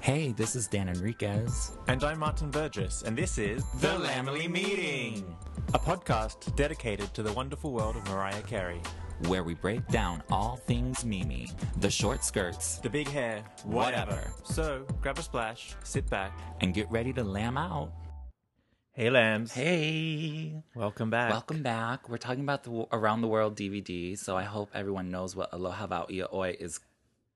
Hey, this is Dan Enriquez. And I'm Martin Burgess, and this is The Lamely Meeting, a podcast dedicated to the wonderful world of Mariah Carey. where we break down all things Mimi the short skirts The big hair, whatever. So grab a splash, sit back. and get ready to lamb out. Hey, lambs. Hey, Welcome back. welcome back. We're talking about the wo- Around the World DVD, so I hope everyone knows what Aloha Bauia Oi is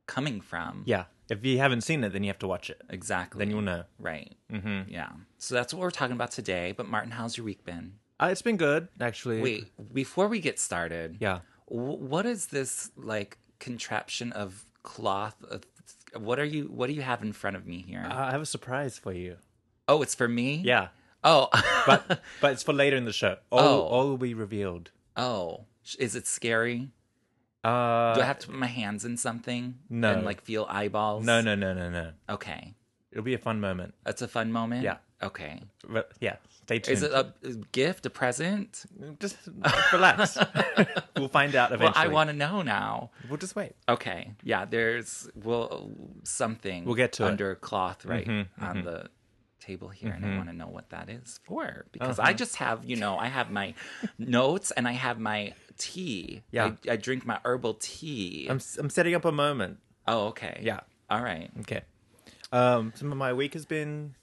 coming from. Yeah. If you haven't seen it, then you have to watch it. exactly. Then you'll know. Right. Mm-hmm. Yeah. So that's what we're talking about today. But Martin, how's your week been? Uh, it's been good, actually. Wait, before we get started, Yeah. wh- what is this like contraption of cloth? Of, what are you? What do you have in front of me here? Uh, I have a surprise for you. oh, it's for me. Yeah. Oh, But but it's for later in the show. All, Oh. all will be revealed. oh, sh- is it scary? Uh, Do I have to put my hands in something? No. And like feel eyeballs? No, no, no, no, no. Okay. It'll be a fun moment. That's a fun moment? Yeah. Okay. Re- yeah. Stay tuned. Is it a a gift, a present? Just relax. uh, we'll find out eventually. Well, I want to know now. We'll just wait. Okay. Yeah, there's well something We'll get to it. Mm-hmm, under cloth right on the table here and I want to know what that is for because Uh-huh. I just have, you know, I have my notes and I have my tea. Yeah. I, I drink my herbal tea. I'm s- I'm setting up a moment. oh, okay. Yeah. All right. Okay. Um, some of my week has been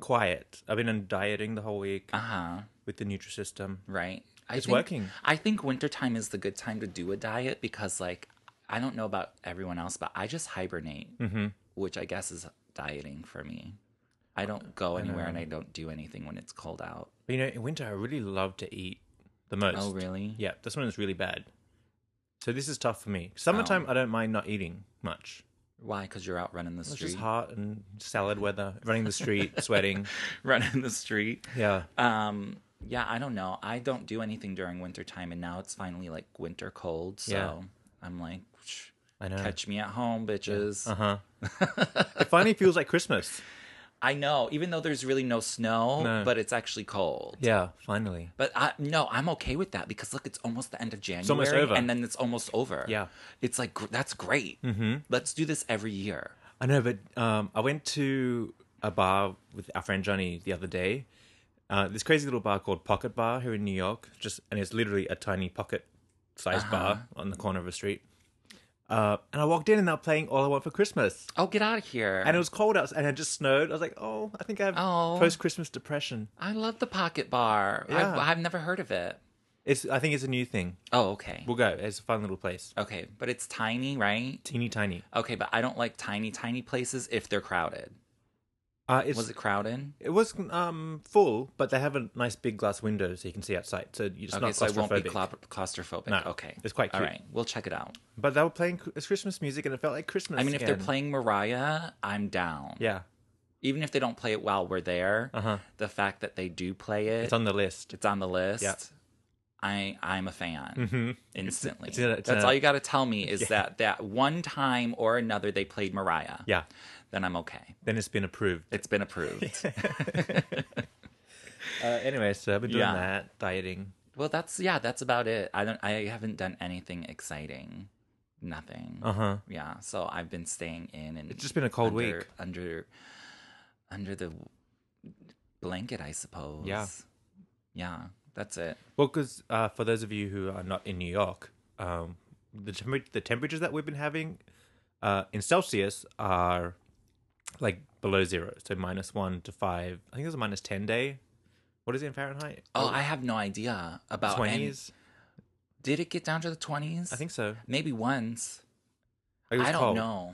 quiet. I've been on dieting the whole week Uh-huh. with the Nutrisystem. right? I It's think- working. I think wintertime is the good time to do a diet because, like, I don't know about everyone else, but I just hibernate, Mm-hmm. which I guess is dieting for me. I don't go anywhere and I don't do anything when it's cold out. But you know, in winter I really love to eat the most. Oh, really? Yeah, this one is really bad. So this is tough for me. Summertime I don't mind not eating much. Why? Because you're out running the It's street. just hot and salad weather, running the street, sweating. running the street. Yeah. Um. Yeah, I don't know. I don't do anything during wintertime, and now it's finally like winter cold. So Yeah. I'm like, "Psh, I know. catch me at home, bitches. Uh-huh. it finally feels like Christmas. I know, even though there's really no snow, No. but it's actually cold. Yeah, finally. But I, no, I'm okay with that because look, it's almost the end of January, almost over. and then it's almost over. Yeah. it's like gr- that's great. Mm-hmm. Let's do this every year. I know, but um, I went to a bar with our friend Johnny the other day. Uh, this crazy little bar called Pocket Bar here in New York, just and it's literally a tiny pocket-sized Uh-huh. bar on the corner of a street. Uh, and I walked in and they were playing "All I Want for Christmas," Oh, get out of here! and it was cold out and it just snowed. I was like, "Oh, I think I have Oh. post-Christmas depression." I love the pocket bar. Yeah. I, I've never heard of it. It's I think it's a new thing. Oh, okay, We'll go. It's a fun little place, okay, but it's tiny, right? teeny tiny. Okay, but I don't like tiny, tiny places if they're crowded. Uh, it's, Was it crowded? It was um, full, but they have a nice big glass window so you can see outside. So you're just Okay, not so I won't be claustrophobic. clau- claustrophobic. No, okay, it's quite All cute. right, we'll check it out. But they were playing Chr- it's Christmas music, and it felt like Christmas. I mean, if they're again. playing Mariah, I'm down. yeah, Even if they don't play it while we're there, Uh-huh. the fact that they do play it, it's on the list. it's on the list. Yeah. Mm-hmm. I I'm a fan instantly. It's a- it's That's a- all you got to tell me is that that one time or another they played Mariah. Yeah, Then I'm okay. then it's been approved. It's been approved. Uh, anyway, so I've been doing Yeah. that dieting. well, that's yeah, that's about it. I don't I haven't done anything exciting. Nothing. Uh huh. Yeah, so I've been staying in and It's just been a cold under, week. under under the blanket, I suppose. Yeah. Yeah, that's it. Well, because uh, for those of you who are not in New York, um, the temper the temperatures that we've been having uh, in Celsius are like below zero, so minus one to five. I think it was a minus ten day What is it in Fahrenheit? Oh, I have no idea about any- Twenties. Did it get down to the twenties? I think so. maybe once. It was I don't cold. know.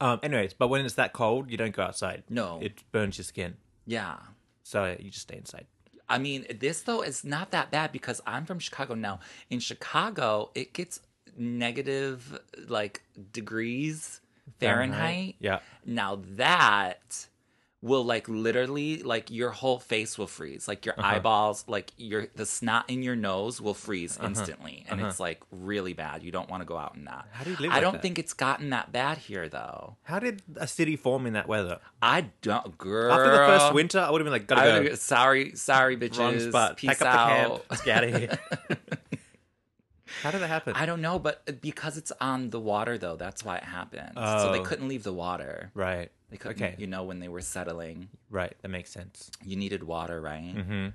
Um, anyways, but when it's that cold, you don't go outside. No. it burns your skin, Yeah. so you just stay inside. I mean, this though is not that bad because I'm from Chicago now. In Chicago, it gets negative like degrees Fahrenheit. Yeah. Now that will like literally like your whole face will freeze. Like your Uh-huh. eyeballs, like your the snot in your nose will freeze Uh-huh. instantly. And it's like really bad. You don't want to go out in that. How do you live I like don't that? think it's gotten that bad here though. How did a city form in that weather? I don't girl. After the first winter, I would have been like, I gotta would've- sorry, sorry, bitches. go. Wrong spot. Peace Pack up out. the camp. Let's get out of here. How did that happen? I don't know, but uh, because it's on the water though, that's why it happened. So they Oh. couldn't leave the water. Right. They couldn't, Okay. you know, when they were settling, Right. That makes sense. you needed water, right? hmm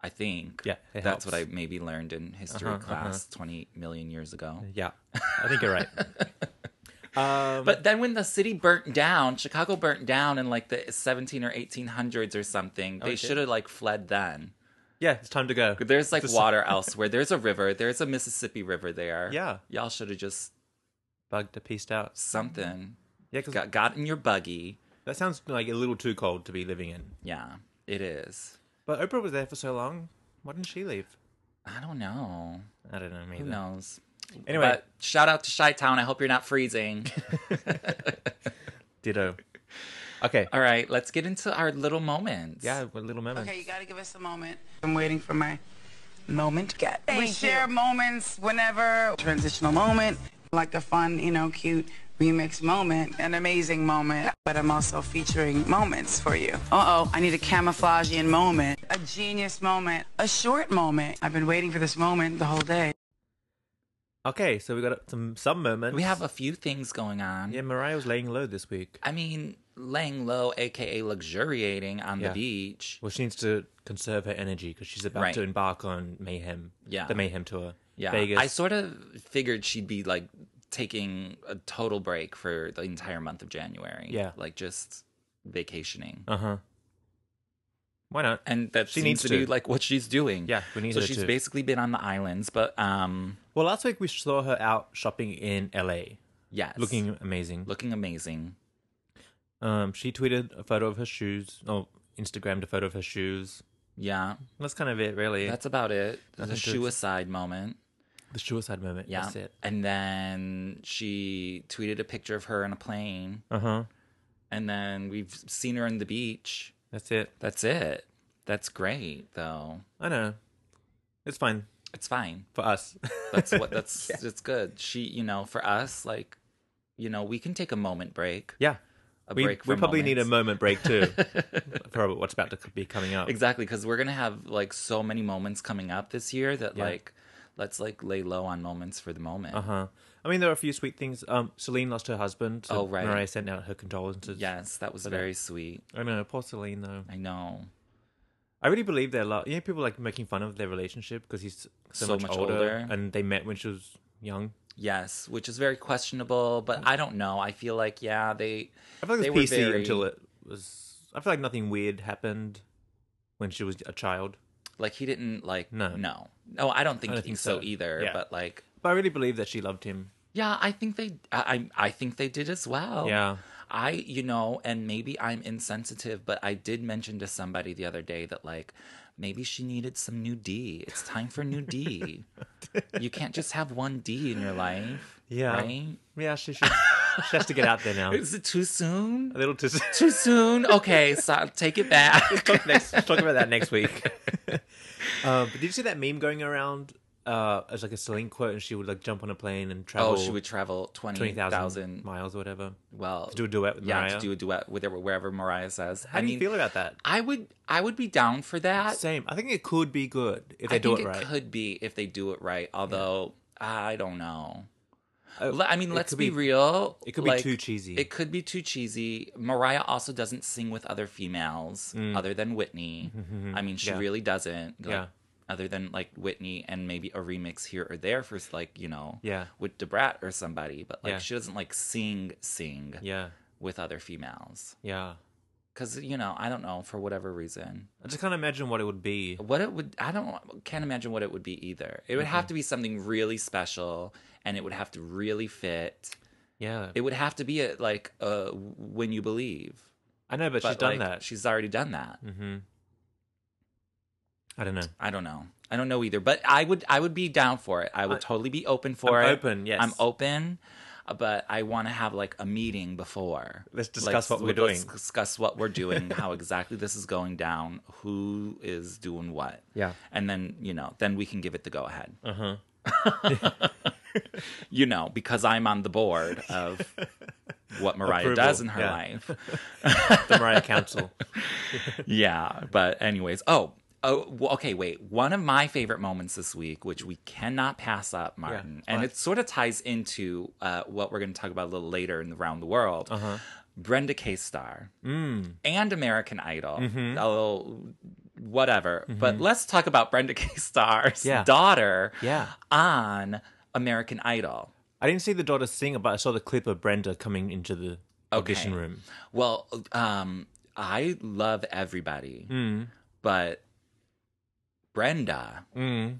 I think. Yeah, it That's what I helps. maybe learned in history Uh-huh, class 20 million years ago. Yeah. I think you're right. um, But then when the city burnt down, Chicago burnt down in like the 17 or 1800s or something, they Oh, it did? should have like fled then. yeah, it's time to go. There's like Just- water elsewhere. There's a river. There's a Mississippi River there. Yeah. Y'all should have just Bugged, pieced out. something. Yeah, 'cause Got, got in your buggy. that sounds like a little too cold to be living in. Yeah, it is. But Oprah was there for so long. Why didn't she leave? I don't know. I don't know. Me Who either. knows? Anyway, But shout out to Chi Town. I hope you're not freezing. ditto. Okay. All right, let's get into our little moments. Yeah, with little moments. Okay, you gotta give us a moment. I'm waiting for my moment. we share moments whenever transitional moment, like a fun, you know, cute remix moment, an amazing moment. But I'm also featuring moments for you. Uh oh, I need a camouflage in moment, a genius moment, a short moment. I've been waiting for this moment the whole day. Okay, so we got some some moments. We have a few things going on. yeah. Mariah was laying low this week. I mean, laying low, aka luxuriating on Yeah. the beach. Well, she needs to conserve her energy because she's about Right. to embark on Mayhem. Yeah. the Mayhem tour. Yeah. Vegas. I sort of figured she'd be like taking a total break for the entire month of January. Yeah. Like just vacationing. Uh huh. Why not? and that She she needs needs to, to. do like what she's doing. Yeah, we need so her she's to. basically been on the islands, but um, Well, last week we saw her out shopping in L.A. yes, looking amazing. looking amazing. Um, she tweeted a photo of her shoes. Oh, Instagrammed a photo of her shoes. Yeah, That's kind of it, really. that's about it. The Nothing to shoe ex- aside moment. the suicide moment. Yeah, That's it. and then she tweeted a picture of her in a plane, Uh huh. and then we've seen her on the beach. That's it. That's it. That's great, though. I know. It's fine It's fine. for us. That's what. That's it's good. She, you know, for us, like, you know, we can take a moment break. yeah. A we, break. we from probably need a moment moments. break too for what's about to be coming up. Exactly, because we're gonna have like so many moments coming up this year that Yeah. like let's like lay low on moments for the moment. Uh huh. I mean, there are a few sweet things. Um, Celine lost her husband. So Oh, right. Mariah sent out her condolences. Yes, that was But, uh, very sweet. I know. Poor Celine though. I know. I really believe their love. You know, people like making fun of their relationship because he's so, much, older, and they met when she was young. Yes, which is very questionable, but I don't know. I feel like yeah, they I feel like they it were was PC very, until it was. I feel like nothing weird happened when she was a child. like he didn't like No. no no no. I don't think, I don't think so, so. either. Yeah. But like But I really believe that she loved him. yeah, I think they I I I think they did as well. Yeah. I, you know, and maybe I'm insensitive, but I did mention to somebody the other day that like maybe she needed some new D. It's time for new D. you can't just have one D in your life. Yeah. Right? Yeah, she should. she has to get out there now. Is it too soon? A little too. Too soon? Okay, so take it back. talk next. Talk about that next week. uh, but did you see that meme going around? Uh, as like a Celine quote, and she would like jump on a plane and travel. Oh, she would travel twenty thousand 20,000 miles or whatever. well To do a duet with yeah, Mariah? to do a duet with wherever Mariah says. How I do mean, you feel about that? I would I would be down for that. Same. I think it could be good if they I do think it it, right. could be if they do it right. Although I don't know. Uh, Le- I mean, it let's could be, be- real. it could be too cheesy. It could be too cheesy. Mariah also doesn't sing with other females other than Whitney. I mean, she Mm. Mm-hmm. Yeah. really doesn't. like, Yeah. Other than like Whitney and maybe a remix here or there for like you know Yeah. with Debrat or somebody, but like Yeah. she doesn't like sing sing Yeah, with other females. yeah. Because, you know, I don't know, for whatever reason. I just can't imagine what it would be. What it would, I don't, can't imagine what it would be either. It would have to be something really special and it would have to really fit. Yeah, It would have to be a, like uh, when you believe. I know, but, she's done like, that. She's already done that. Mm-hmm. I don't know. I don't know. I don't know either. But I would I would be down for it. I would I- totally be open for I'm it. open, yes. I'm open. uh, But I want to have like a meeting before. Let's Like, discuss what we're let's doing. Discuss what we're doing. how exactly this is going down. Who is doing what? Yeah. And then you know, then we can give it the go ahead. Uh huh. Uh-huh. You know, because I'm on the board of what Mariah Approval, does in her yeah. life. The Mariah Council. yeah but anyways oh oh well, okay wait one of my favorite moments this week which we cannot pass up martin and what? it sort of ties into uh, what we're going to talk about a little later in the round the world Uh-huh. brenda k star Mm. and american idol Mm-hmm. although whatever but let's talk about brenda k star's Yeah. daughter Yeah. on american idol I didn't see the daughter sing, but I saw the clip of Brenda coming into the audition room. Well, um, I love everybody, Mm. but Brenda. Mm.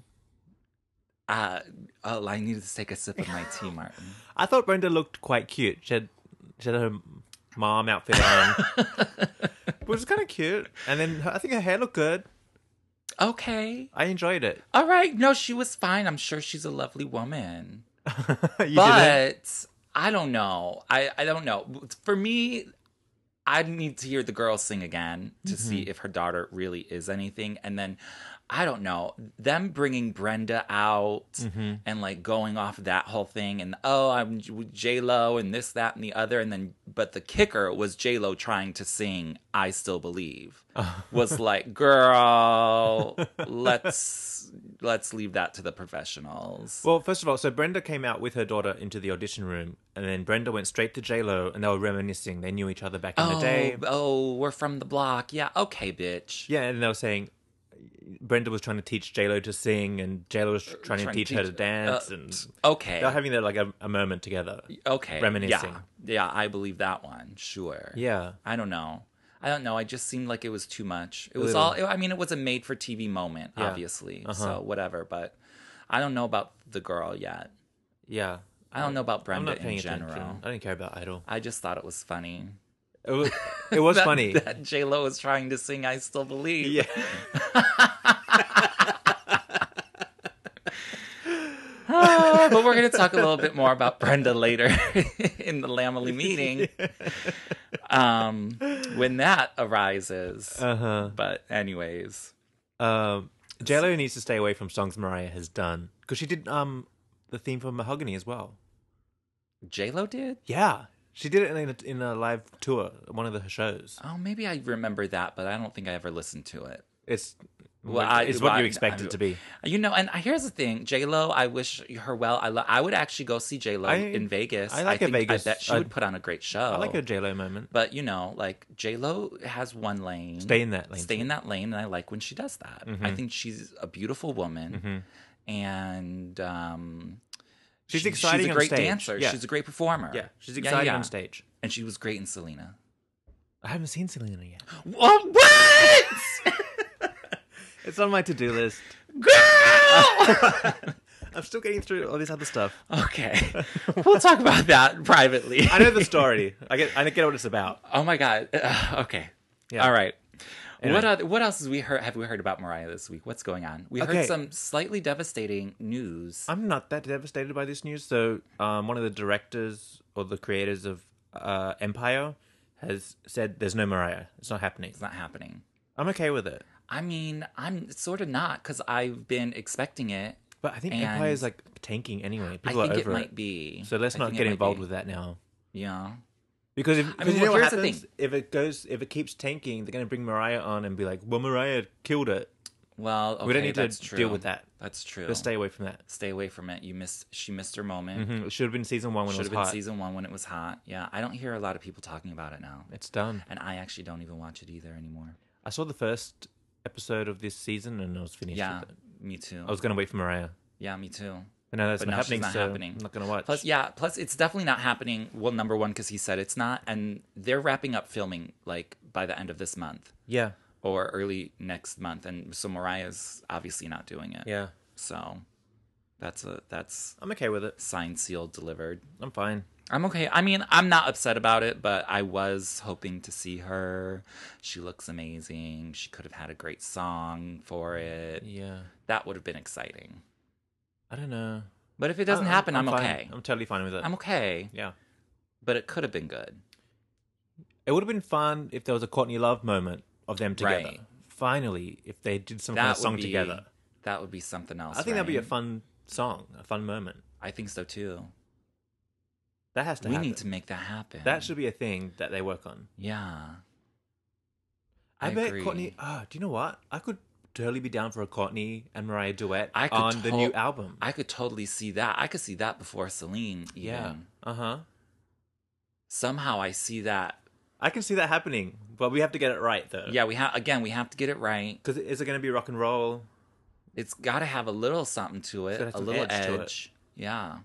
Uh, oh, I needed to take a sip of my tea, Martin. I thought Brenda looked quite cute. She had, she had her mom outfit on, which is kind of cute. And then her, I think her hair looked good. Okay, I enjoyed it. all right. No, she was fine. I'm sure she's a lovely woman, you didn't? but I don't know. I I don't know. For me. I need to hear the girl sing again to see if her daughter really is anything. And then I don't know, them bringing Brenda out and like going off that whole thing and oh, I'm J Lo and this, that, and the other. And then, but the kicker was J Lo trying to sing I Still Believe. was like, girl, let's. Let's leave that to the professionals. Well, first of all, so Brenda came out with her daughter into the audition room, and then Brenda went straight to J Lo, and they were reminiscing. They knew each other back in oh, the day. oh, we're from the block. Yeah, okay, bitch. Yeah, and they were saying Brenda was trying to teach J Lo to sing, and J Lo was trying, to Uh, trying to teach, her to teach- dance, uh, and Okay. they were having their like a, a moment together. okay reminiscing. yeah, yeah i believe that one sure Yeah. i don't know i don't know i just seemed like it was too much it was little. all i mean it was a made for tv moment Yeah. Uh-huh. obviously so whatever but i don't know about the girl yet Yeah, i don't know about I'm brenda not paying in attention. general I don't care about Idol. i just thought it was funny It was, it was That- funny. that j-lo was trying to sing i still believe Yeah. Ah, but we're going to talk a little bit more about Brenda later in the Lamely meeting um, when that arises. Uh But, anyways, huh. Um, J Lo needs to stay away from songs Mariah has done because she did um the theme for Mahogany as well. J-Lo did? Yeah, she did it in a, in a live tour, one of the shows. Oh, maybe I remember that, but I don't think I ever listened to it. It's Well, I- it's well, what I- you expect I- it to be. You know, and here's the thing J Lo, I wish her well. I, lo- I would actually go see J Lo I- in Vegas. I like a Vegas- I bet she I- would put on a great show. I like a J Lo moment. But you know, like J Lo has one lane. Stay in that lane. Mm-hmm. Stay in that lane, and I like when she does that. I think she's a beautiful woman, and um, She's she- exciting She's a on great stage. dancer. Yeah. She's a great performer. Yeah, she's exciting yeah. on stage. and she was great in Selena. I haven't seen Selena yet. Oh, what, It's on my to do list. girl? I'm still getting through all this other stuff. okay, we'll talk about that privately. I know the story. I get I get what it's about. Oh my god. okay. Yeah. All right. What Anyway. other, what else has we heard? Have we heard about Mariah this week? What's going on? We Okay. heard some slightly devastating news. I'm not that devastated by this news. So, um, one of the directors or the creators of uh, Empire has said there's no Mariah. It's not happening. It's not happening. I'm okay with it. I mean, I'm sort of not because I've been expecting it. But I think And- Empire is like tanking anyway. People I think are it over it. might be. So let's I not think it get might involved be. with that now. Yeah. Because if I 'cause mean, you well, know what here's the happens thing. if it goes if it keeps tanking, they're going to bring Mariah on and be like, "Well, Mariah killed it. Well, we don't okay, need to that's true. deal with that. That's true. Let's stay away from that." Stay away from it. You missed. She missed her moment. Mhm. It should have been season one when it Should have was been hot. season one when it was hot. Yeah, I don't hear a lot of people talking about it now, It's done. and I actually don't even watch it either anymore. I saw the first episode of this season and I was finished. Yeah, With it. me too. I was going to wait for Mariah. Yeah, me too. But now that's But not now she's happening. not so happening. I'm not gonna watch. Plus, yeah. Plus, it's definitely not happening. Well, number one, because he said it's not, and they're wrapping up filming like by the end of this month yeah, or early next month, and so Mariah's obviously not doing it. yeah. So that's a that's I'm okay with it. signed, sealed, delivered. I'm fine. I'm okay. I mean, I'm not upset about it, but I was hoping to see her. She looks amazing. She could have had a great song for it. Yeah, That would have been exciting. I don't know. But if it doesn't I- happen, I'm, fine. okay. I'm totally fine with it. I'm okay. yeah, But it could have been good. it would have been fun if there was a Courtney Love moment of them together. Right. Finally, if they did some kind That of song would be, together, That would be something else. I think that'd be a right? fun song, a fun moment. I think so too. That has to. We happen. need to make that happen. That should be a thing that they work on. Yeah. I, bet agree. Courtney. Oh, do you know what? I could totally be down for a Courtney and Mariah duet I could on the to- new album. I could totally see that. I could see that before Celine. Even. yeah. Uh huh. Somehow I see that. I can see that happening, but we have to get it right though. Yeah, we have again. We have to get it right. Because is it going to be rock and roll? It's got to have a little something to it, gotta have a some little edge. edge to it. Yeah,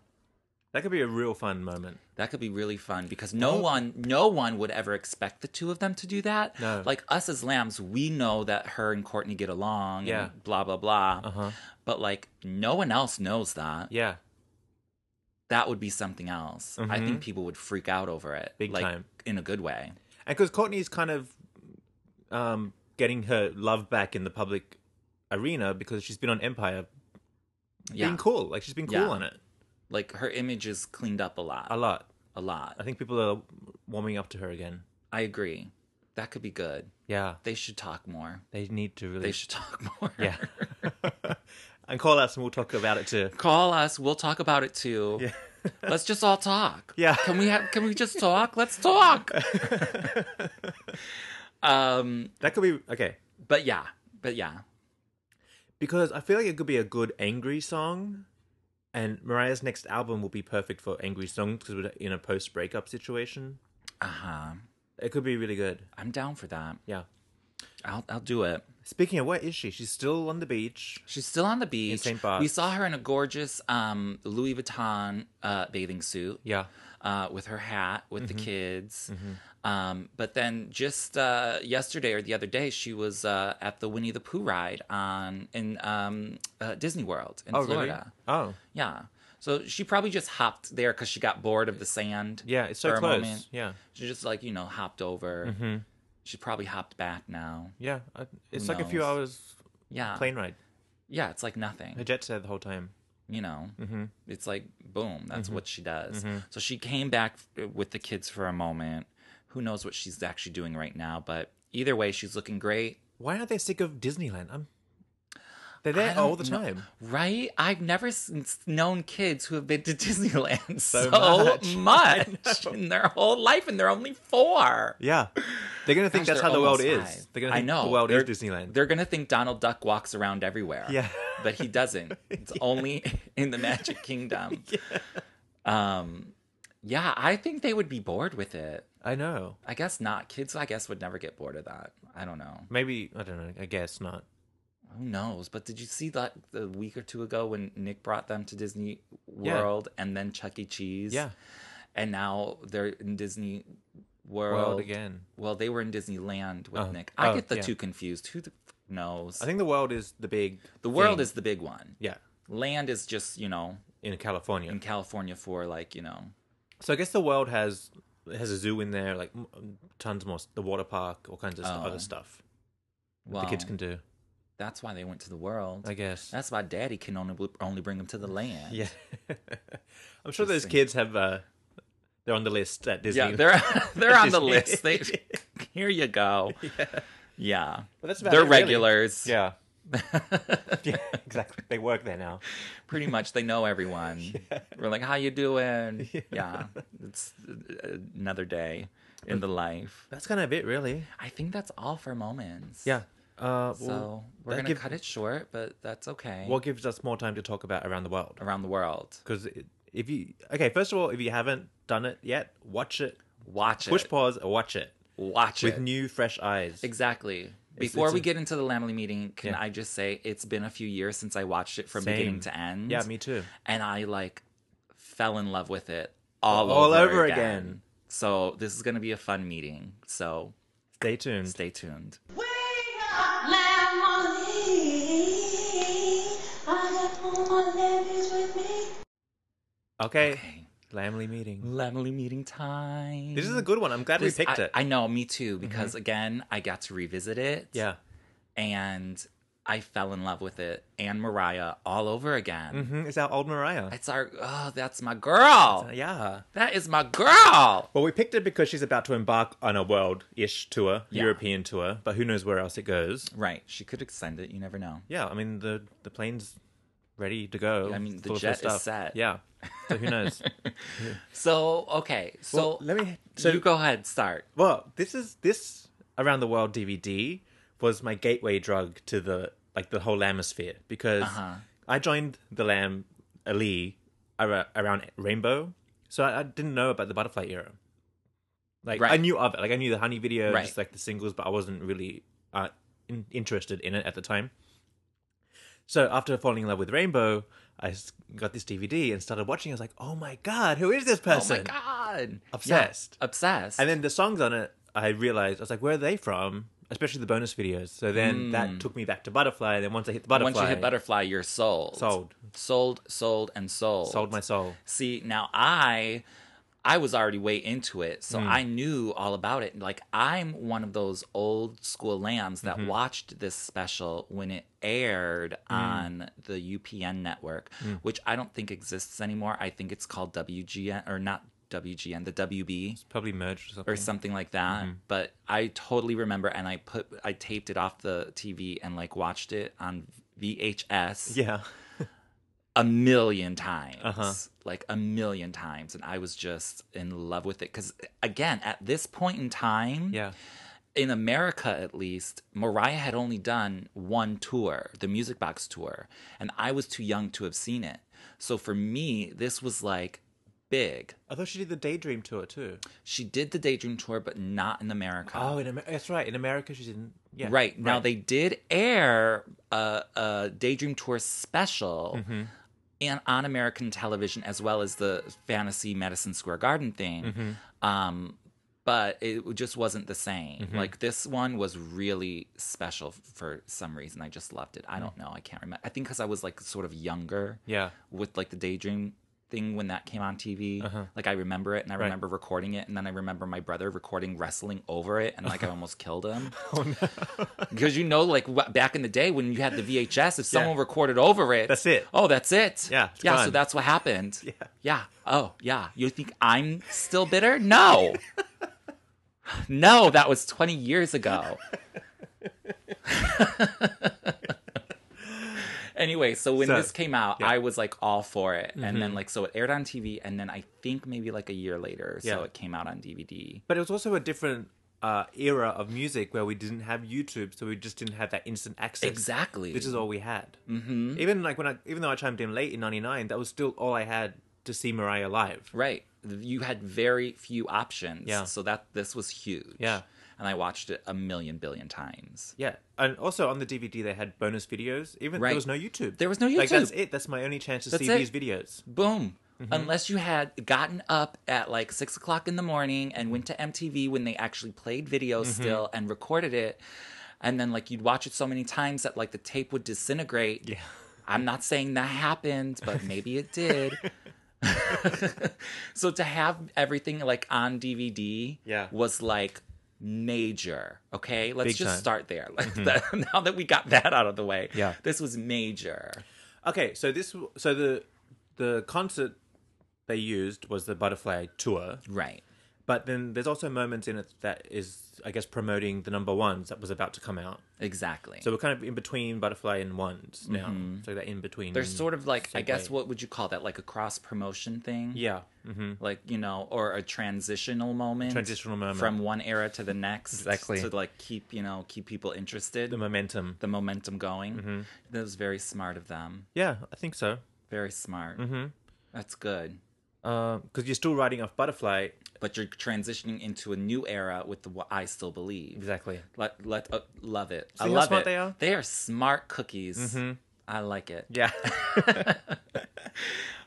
That could be a real fun moment. that could be really fun because no one, no one would ever expect the two of them to do that. No. Like us as lambs, we know that her and Courtney get along. Yeah. and blah blah blah. Uh-huh. But like no one else knows that. Yeah. That would be something else. I think people would freak out over it, Mm-hmm. Big like time. in a good way. And because Courtney is kind of um, getting her love back in the public arena because she's been on Empire Yeah, being cool. Like she's been cool Yeah. on it like her image is cleaned up a lot, a lot. a lot. I think people are warming up to her again. I agree. That could be good. Yeah. They should talk more. They need to really. They should talk more. Yeah. and call us and we'll talk about it too. Call us. We'll talk about it too. Let's just all talk. Yeah. Can we have, can we just talk? Let's talk. um That could be okay. but yeah. But yeah. Because I feel like it could be a good angry song, and Mariah's next album will be perfect for angry songs because we're in a post breakup situation. Uh-huh. It could be really good. I'm down for that. Yeah. I'll I'll do it. Speaking of where is she? She's still on the beach. She's still on the beach. St. Barts. We saw her in a gorgeous um Louis Vuitton uh bathing suit. Yeah. uh, with her hat with Mm-hmm. the kids. Um, but then just uh, yesterday or the other day, she was uh, at the Winnie the Pooh ride on in um, uh, Disney World in Oh really? Florida. Oh Yeah. So she probably just hopped there because she got bored of the sand. yeah. It's so for a close. moment. Yeah. Mm-hmm. She just like you know hopped over. She probably hopped back now. Yeah. I, it's Who like a few knows? Ah. hours Yeah. plane ride. Yeah, it's like nothing. Her jet's there the whole time. you know Mm-hmm. it's like boom that's what she does so she came back f- with the kids for a moment who knows what she's actually doing right now but either way she's looking great Why aren't they sick of Disneyland? I'm. They're there I don't all the know- time. right i've never s- s- known kids who have been to disneyland so, much. I much, in their whole life and they're only four Yeah. They're gonna think Gosh, that's they're how the world almost is. five. They're gonna I think know the world they're, is Disneyland. They're gonna think Donald Duck walks around everywhere. Yeah. but he doesn't. It's only in the Magic Kingdom. Yeah. Um, yeah, I think they would be bored with it. I know. I guess not. Kids, I guess, would never get bored of that. I don't know. Maybe I don't know. I guess not. Who knows? But did you see that the week or two ago when Nick brought them to Disney Yeah. World and then Chuck E. Cheese? Yeah. and now they're in Disney World, World again. Well, they were in Disneyland with Oh. Nick. I Oh, get the yeah. two confused. Who the f- knows? I think the world is the big. The world thing. is the big one. yeah Land is just, you know, in California. in California for like, you know, So I guess the world has has a zoo in there, like m- tons more, the water park, all kinds of st- Oh. other stuff well, the kids can do. that's why they went to the world. I guess. That's why daddy can only bl- only bring them to the land. yeah, I'm sure those kids have. Uh, they're on the list at Disney. Yeah, they're they're on the Disney. list. They, here you go. Yeah. But that's about They're it, really. regulars. Yeah. yeah, exactly. They work there now. Pretty much they know everyone. We're like, "How you doing?" Yeah. It's uh, another day in the life. That's kind of it, really. I think that's all for moments. Yeah. Uh, So, well, we're that going to give- cut it short, but that's okay. What gives us more time to talk about around the world? around the world. Because if you okay, first of all, if you haven't done it yet, watch it. Watch it. Push pause or watch it. watch with it. new, fresh eyes. exactly. Before it's we a- get into the Lamely meeting, can Yeah. I just say it's been a few years since I watched it from Same. beginning to end. Yeah, me too. And I like fell in love with it all, All over, over again. again. So this is gonna be a fun meeting. So Stay tuned. stay tuned. Okay. Okay. Lamely meeting. Lamely meeting time. This is a good one. I'm glad This- we picked I, it. Mm-hmm. I know, me too, because again, I got to revisit it. yeah. And I fell in love with it and Mariah all over again. hmm It's our old Mariah. It's our, oh, Mm-hmm. that's my girl. yeah. That is my girl. Well, we picked it because she's about to embark on a world ish tour, Yeah. European tour, but who knows where else it goes. Right. She could extend it. You never know. Yeah, I mean, the, the plane's ready to go. Yeah, I mean, the full of jet is stuff. set. Yeah. So who knows? So, okay. So, Well, let me- so- So, you go ahead, start. well, this is this Around the World DVD was my gateway drug to the like the whole Lamosphere because Uh-huh. I joined the Lamb Ali ar- around Rainbow, so I, I didn't know about the Butterfly era. Like I Right. knew of it, like I knew the Honey video, Right. just like the singles, but I wasn't really uh, in- interested in it at the time. So after falling in love with Rainbow, I s- got this DVD and started watching. I was like, "Oh my god, who is this person?" Oh my God. Obsessed. Yeah, obsessed. And then the songs on it, I realized I was like, where are they from? Especially the bonus videos. So then that took me back to Butterfly. And then Hmm. once I hit the Butterfly, once you hit Butterfly, you're sold. Sold. Sold, sold, and sold. sold my soul. See, now I I was already way into it, so I knew all about it. Like I'm one of those old school lambs that watched this special when it aired on the UPN network, which I don't think exists anymore. I think it's called WGN or not WGN, the WB Probably merged or something. or something like that. But I totally remember, and I put I taped it off the TV and like watched it on VHS Yeah. a million times. Uh-huh. Like a million times. And I was just in love with it. Because again, at this point in time, Yeah. in America at least, Mariah had only done one tour, the Music Box tour. And I was too young to have seen it. So for me, this was like big. I thought she did the Daydream tour too. She did the Daydream tour, but not in America. Oh, in Amer- that's right. In America, she didn't. Yeah. Right. Now, they did air a, a Daydream Tour special Mm-hmm. and on American television as well as the fantasy Madison Square Garden thing. Mm-hmm. Um, but it just wasn't the same. Mm-hmm. Like, this one was really special for some reason. I just loved it. I don't know. I can't remember. I think because I was like sort of younger Mm. Yeah. Uh-huh. with like the Daydream thing when that came on TV. Like, I remember it and I remember recording it. And then I remember my brother recording wrestling over it. And like, I almost killed him. Oh, Because you know, like wh- back in the day when you had the VHS, if someone recorded over it, That's it. Oh, that's it. Yeah, it's yeah. So gone. that's what happened. yeah. Yeah. Oh, yeah. You think I'm still bitter? No. no, that was 20 years ago. anyway, so when So, this came out, I was like all for it, and Mm-hmm. then like so it aired on TV, and then I think maybe like a year later, or Yeah. so it came out on DVD. But it was also a different uh, era of music where we didn't have YouTube, so we just didn't have that instant access. Exactly. This is all we had. Mm-hmm. Even like when I, even though I chimed in late in '99, that was still all I had to see Mariah live. Right. You had very few options. Yeah. So that this was huge. Yeah. And I watched it a million billion times. Yeah, and also on the DVD they had bonus videos. Even there Right. was no YouTube. There was no Like that's YouTube. it. That's my only chance to That's see it. these videos. Boom. Mm-hmm. Unless you had gotten up at like six o'clock in the morning and went to MTV when they actually played video Mm-hmm. still and recorded it. And then like you'd watch it so many times that like the tape would disintegrate. Yeah. I'm not saying that happened, but maybe it did. so to have everything like on DVD Yeah. was like major. Okay. Let's Big just time. Mm-hmm. start there. Like that, now that we got that out of the way. Yeah. This was major. Okay, so this so the the concert they used was the Butterfly tour, Right. but then there's also moments in it that is I guess promoting the number ones that was about to come out. Exactly. So we're kind of in between Butterfly and ones now. So that in between. There's Mm-hmm. sort of like I guess segue. what would you call that? Like a cross promotion thing? yeah. hmm Like, you know, or a transitional moment. Transitional moment. From one era to the next. Exactly. To like keep, you know, keep people interested. The Mm-hmm. The, momentum. momentum going. That was very smart of them. Yeah, I think so. Very smart. Mm-hmm. That's good. Uh, because you're still riding off Butterfly but you're transitioning into a new era with the, what I still believe. Exactly. Let let uh, love it. I how love smart it. they are? Mm-hmm. They are smart cookies. I like it. Yeah.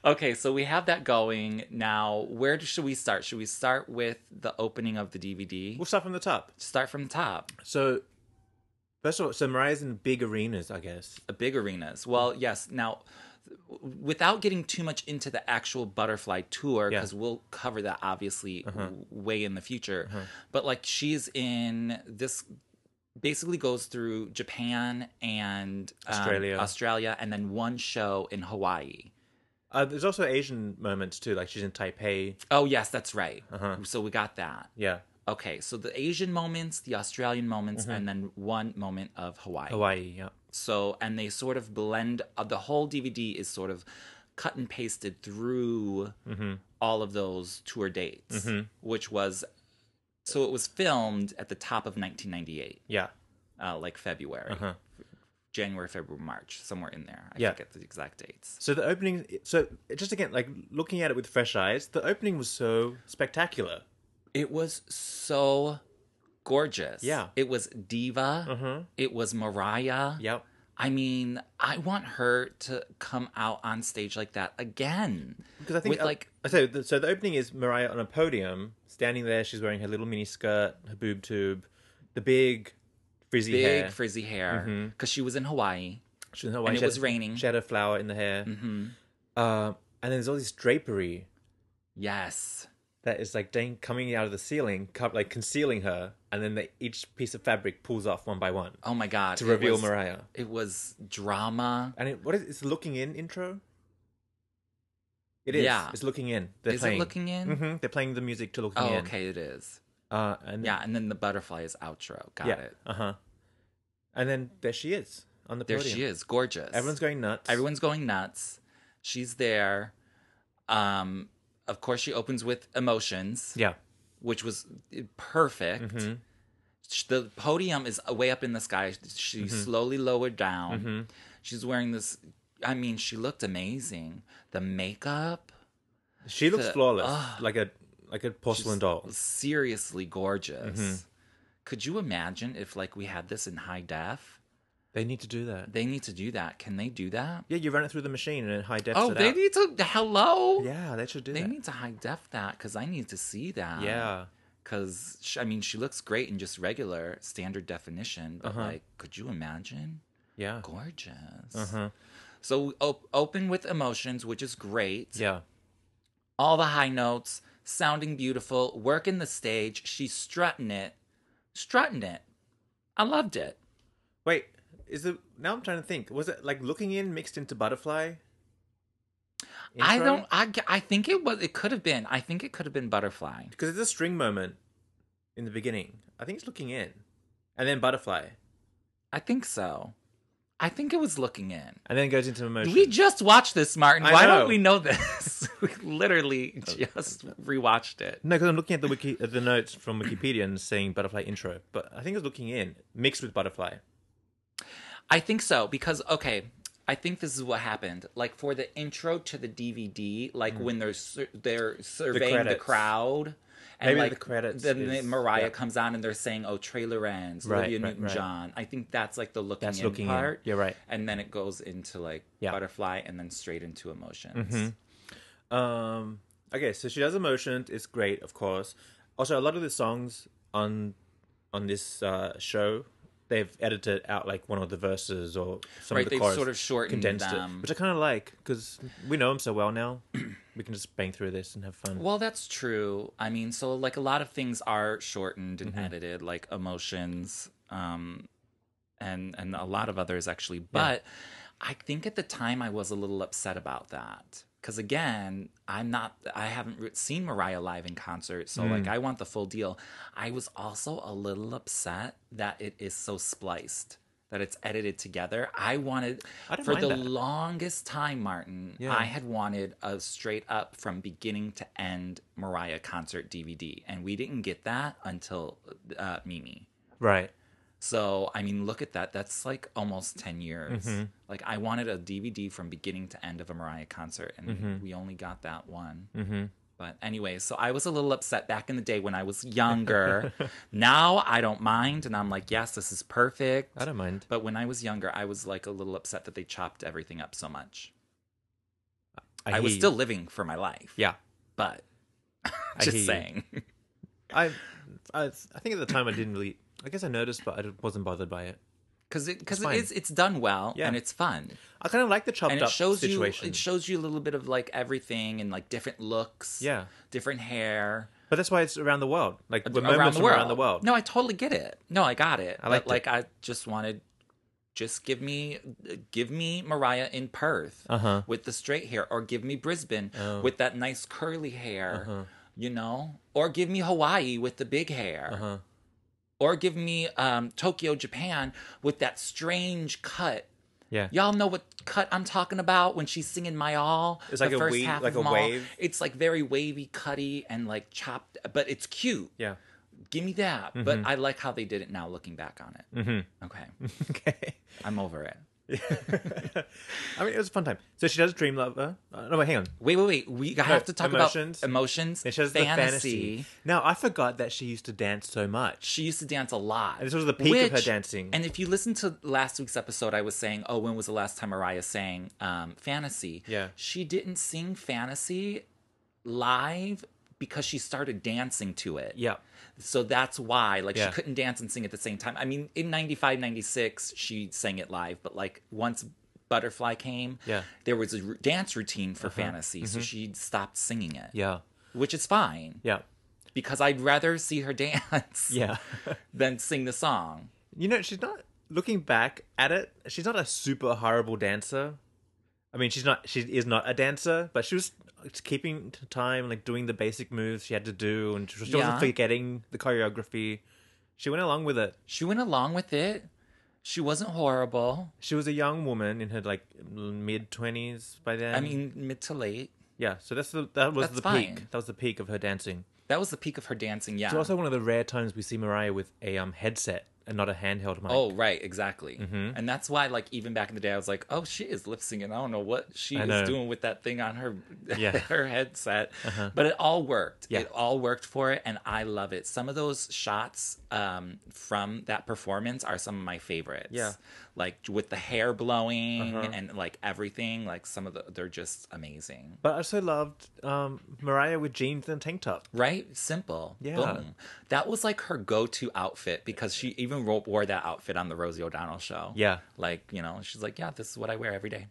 Okay, so we have that going now. Where do- should we start? Should we start with the opening of the DVD? we'll start from the top. Start from the top. So, first of all, so Mariah's in big arenas, I guess. A big arenas. Well, yes. Now, without getting too much into the actual butterfly tour, Yeah. Uh-huh. because we'll cover that obviously w- way in the future. But like, she's in this. Basically goes through Japan and um, Australia. Australia, and then one show in Hawaii. Uh, there's also Asian moments too, like she's in Taipei. Oh yes, that's right. Uh-huh. So we got that. Yeah, Okay, so the Asian moments, the Australian moments, and then one moment of Hawaii. Mm-hmm. Hawaii. Yeah, So, and they sort of blend, uh, the whole DVD is sort of cut and pasted through Mm-hmm. all of those tour dates, which was, so it was filmed at the top of 1998, yeah. uh, like February, January, February, March, somewhere in there. I Uh-huh. Yeah. forget the exact dates. So the opening. So just again, like looking at it with fresh eyes, the opening was so spectacular. It was so gorgeous. Yeah. Mm-hmm. It was Diva. It was Mariah. Yep. I mean, I want her to come out on stage like that again. Because I think With, like, I so the, so the opening is Mariah on a podium, standing there. She's wearing her little mini skirt, her boob tube, the big frizzy big hair. Mm-hmm. frizzy hair, because she was in Hawaii. She was in Hawaii. and it She had- was raining. Mm. She had a flower in the hair. Mm-hmm. Um, and then there's all this drapery Yes. that is like dang coming out of the ceiling, co- like concealing her, and then the, each piece of fabric pulls off one by one Oh my God. to it reveal was- Mariah. It was drama. And it, what is it's looking in intro? It is. Yeah. It's looking in. They're Is it playing. looking in? hmm They're playing the music to looking Oh, in. okay, it is. Uh, and Yeah, and then the butterfly is outro. Got it. Uh huh. And then there she is on the There podium. she is, gorgeous. Everyone's going nuts. Everyone's going nuts. She's there. Um, of course, she opens with emotions. Yeah. which was perfect. Mm-hmm. Sh The podium is way up in the sky. She Mm-hmm. slowly lowered down. She's wearing this. I mean, she looked amazing. The makeup, She looks The- ah. flawless, like a like a porcelain doll. Mm-hmm. seriously gorgeous. Could you imagine if, like, we had this in high def? They need to do that. They need to do that. Can they do that? Yeah, you run it through the machine and it high defs oh, it they out. need to. Hello. Yeah, they should do They that. need to high def that because I need to see that. yeah. because I mean, she looks great in just regular standard definition, but like, could you imagine? Yeah. Gorgeous. So op- open with emotions, which is great. Yeah. All the high notes, sounding beautiful, working the stage. She's strutting it, strutting it. I loved it. Wait, is it now I'm trying to think. Was it like looking in mixed into butterfly? I Intro? don't. I, g- I think it was. It could have been. I think it could have been butterfly. because it's a string moment in the beginning. I think it's looking in. And then butterfly. I think so. I think it was looking in. And then it goes into emotion. We just watched this, Martin. I Why know. don't we know this? we literally just rewatched it. No, because I'm looking at the wiki, at the notes from Wikipedia and saying butterfly intro, but I think it's looking in mixed with butterfly. I think so because okay, I think this is what happened. Like for the intro to the DVD, like when they're sur- they're surveying the, Mm. credits. crowd. And Maybe like, the credits Then is- the- Mariah yeah. comes on and they're saying, "Oh, Trailer Ends, Right, Olivia right, right. Newton-John." I think that's like the looking That's in looking in. part. You're right. And then it goes into like Yeah. Mm-hmm. butterfly and then straight into emotions. Um, okay, so she does emotions. It's great, of course. Also, a lot of the songs on on this uh, show, they've edited out like one of the verses or some of Right, the they've chorus, sort of shortened condensed them. it, which I kind of like because we know them so well now. we can just bang through this and have fun. Well, that's true. I mean, so like a lot of things are shortened and edited, like emotions, um, and and a lot of others actually. But I think at the time I was a little upset about that because again, I'm not, I haven't re- seen Mariah live in concert, so Mm. like I want the full deal. I was also a little upset that it is so spliced. That it's edited together. I wanted I don't for mind the that. longest time, Martin. Yeah. I had wanted a straight up from beginning to end Mariah concert DVD, and we didn't get that until uh, Mimi. right. So, I mean, look at that. That's like almost 10 years. Mm-hmm. Like, I Mm-hmm. wanted a DVD from beginning to end of a Mariah concert, and we only got that one. But anyway, so I was a little upset back in the day when I was younger. now I don't mind. And I'm like, yes, this is perfect. I don't mind. But when I was younger, I was like a little upset that they chopped everything up so much. I, hear was you. still living for my life. yeah. But I hear just you. saying. I, I I think at the time I didn't really. I guess I noticed, but I wasn't bothered by it. Because it, cause It's it fine. is, it's done well Yeah. and it's fun. I kind of like the chopped and up it shows situation. you it shows you a little bit of like everything and like different looks Yeah. different hair but that's why it's around the world. Like we're around moments the, from world. around the world. no i totally get it no i got it I liked but it. like i just wanted just give me give me mariah in perth Uh-huh. Oh. with the straight hair or give me brisbane with that nice curly hair Uh-huh. you know or give me hawaii with the big hair Uh-huh. or give me um, tokyo japan with that strange cut Yeah. Y'all know what cut I'm talking about when she's singing "My All." It's the like a first wave- half like a of "My All." wave. It's like very wavy, cutty, and like chopped, but it's cute. Yeah. Give me that. Mm-hmm. But I like how they did it now, looking back on it. Mm-hmm. Okay, Okay. I'm over it. I mean, it was a fun time. So she does Dream Lover. Uh, no, wait, hang on. Wait, wait, wait. We I have to talk emotions. about emotions, It shows the fantasy. Now I forgot that she used to dance so much. She used to dance a lot. This was the peak of her dancing. And if you listen to last week's episode, I was saying, "Oh, when was the last time Mariah sang um, Fantasy?" Yeah. she didn't sing Fantasy live because she started dancing to it. Yeah. So that's why, like, Yeah. she couldn't dance and sing at the same time. I mean, in 95, 96, she sang it live, but like, once Butterfly came, Yeah. Uh-huh. Mm-hmm. there was a r- dance routine for fantasy, so she stopped singing it, Yeah. which is fine Yeah. because I'd rather see her dance Yeah. than sing the song. you know, she's not looking back at it. She's not a super horrible dancer. I mean, she's not. She is not a dancer, but she was just keeping to time, like doing the basic moves she had to do, and she, she Yeah. wasn't forgetting the choreography. She went along with it. She went along with it. She wasn't horrible. She was a young woman in her like mid twenties by then. I mean, mid to late. yeah. So that's the that was That's the fine. Ah. peak. That was the peak of her dancing. That was the peak of her dancing. Yeah. It's also one of the rare times we see Mariah with a um headset and not a handheld mic. oh, right, exactly. Mm-hmm. And that's why, like, even back in the day, I was like, "Oh, she is lip singing. I don't know what she I know. is doing with that thing on her Yeah. Uh-huh. her headset." But it all worked. Yeah. It all worked for it, and I love it. Some of those shots um, from that performance are some of my favorites. Yeah. Uh-huh. like with the hair blowing and like everything. Like some of the, they're just amazing. But I also loved um, Mariah with jeans and a tank top. Right? Simple. Yeah. Boom. That was like her go to outfit because she even ro- wore that outfit on the Rosie O'Donnell show. Yeah. Like, you know, she's like, yeah, this is what I wear every day.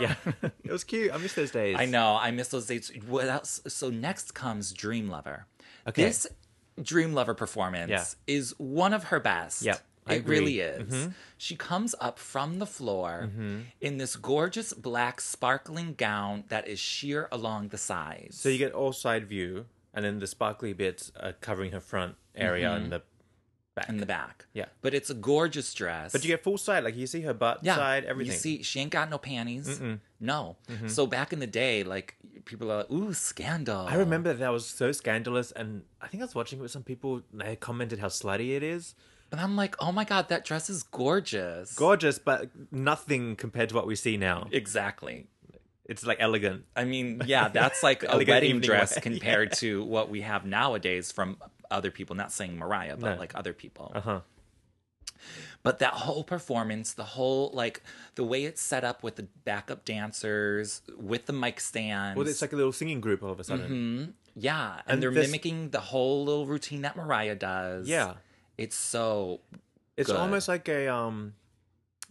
Yeah, it was cute. I miss those days. I know. I miss those dates. What else? So next comes Dream Lover. Okay. This Dream Lover performance Yeah. is one of her best. Yep, I It really agree. Mm-hmm. is. She comes up from the floor in this gorgeous black sparkling gown that is sheer along the sides. So you get all side view, and then the sparkly bits are covering her front area and the. in Mm-hmm. the back. Yeah. But it's a gorgeous dress. But you get full side, like you see her butt, side, everything. Mm-hmm. You see, she ain't got no panties. No. So back in the day, like people are like, ooh, scandal. I remember that was so scandalous, and I think I was watching it with some people. And they commented how slutty it is. But I'm like, oh my god, that dress is gorgeous. Gorgeous, but nothing compared to what we see now. exactly. It's like elegant. I mean, yeah, that's like a Elegant wedding evening dress wear, compared to what we have nowadays from other people. Not saying Mariah, but No. like other people. Uh huh. But that whole performance, the whole like the way it's set up with the backup dancers, with the mic stands. Well, it's like a little singing group all of a sudden. Yeah, and, And they're this- mimicking the whole little routine that Mariah does. Yeah. It's so It's Good. almost like a um,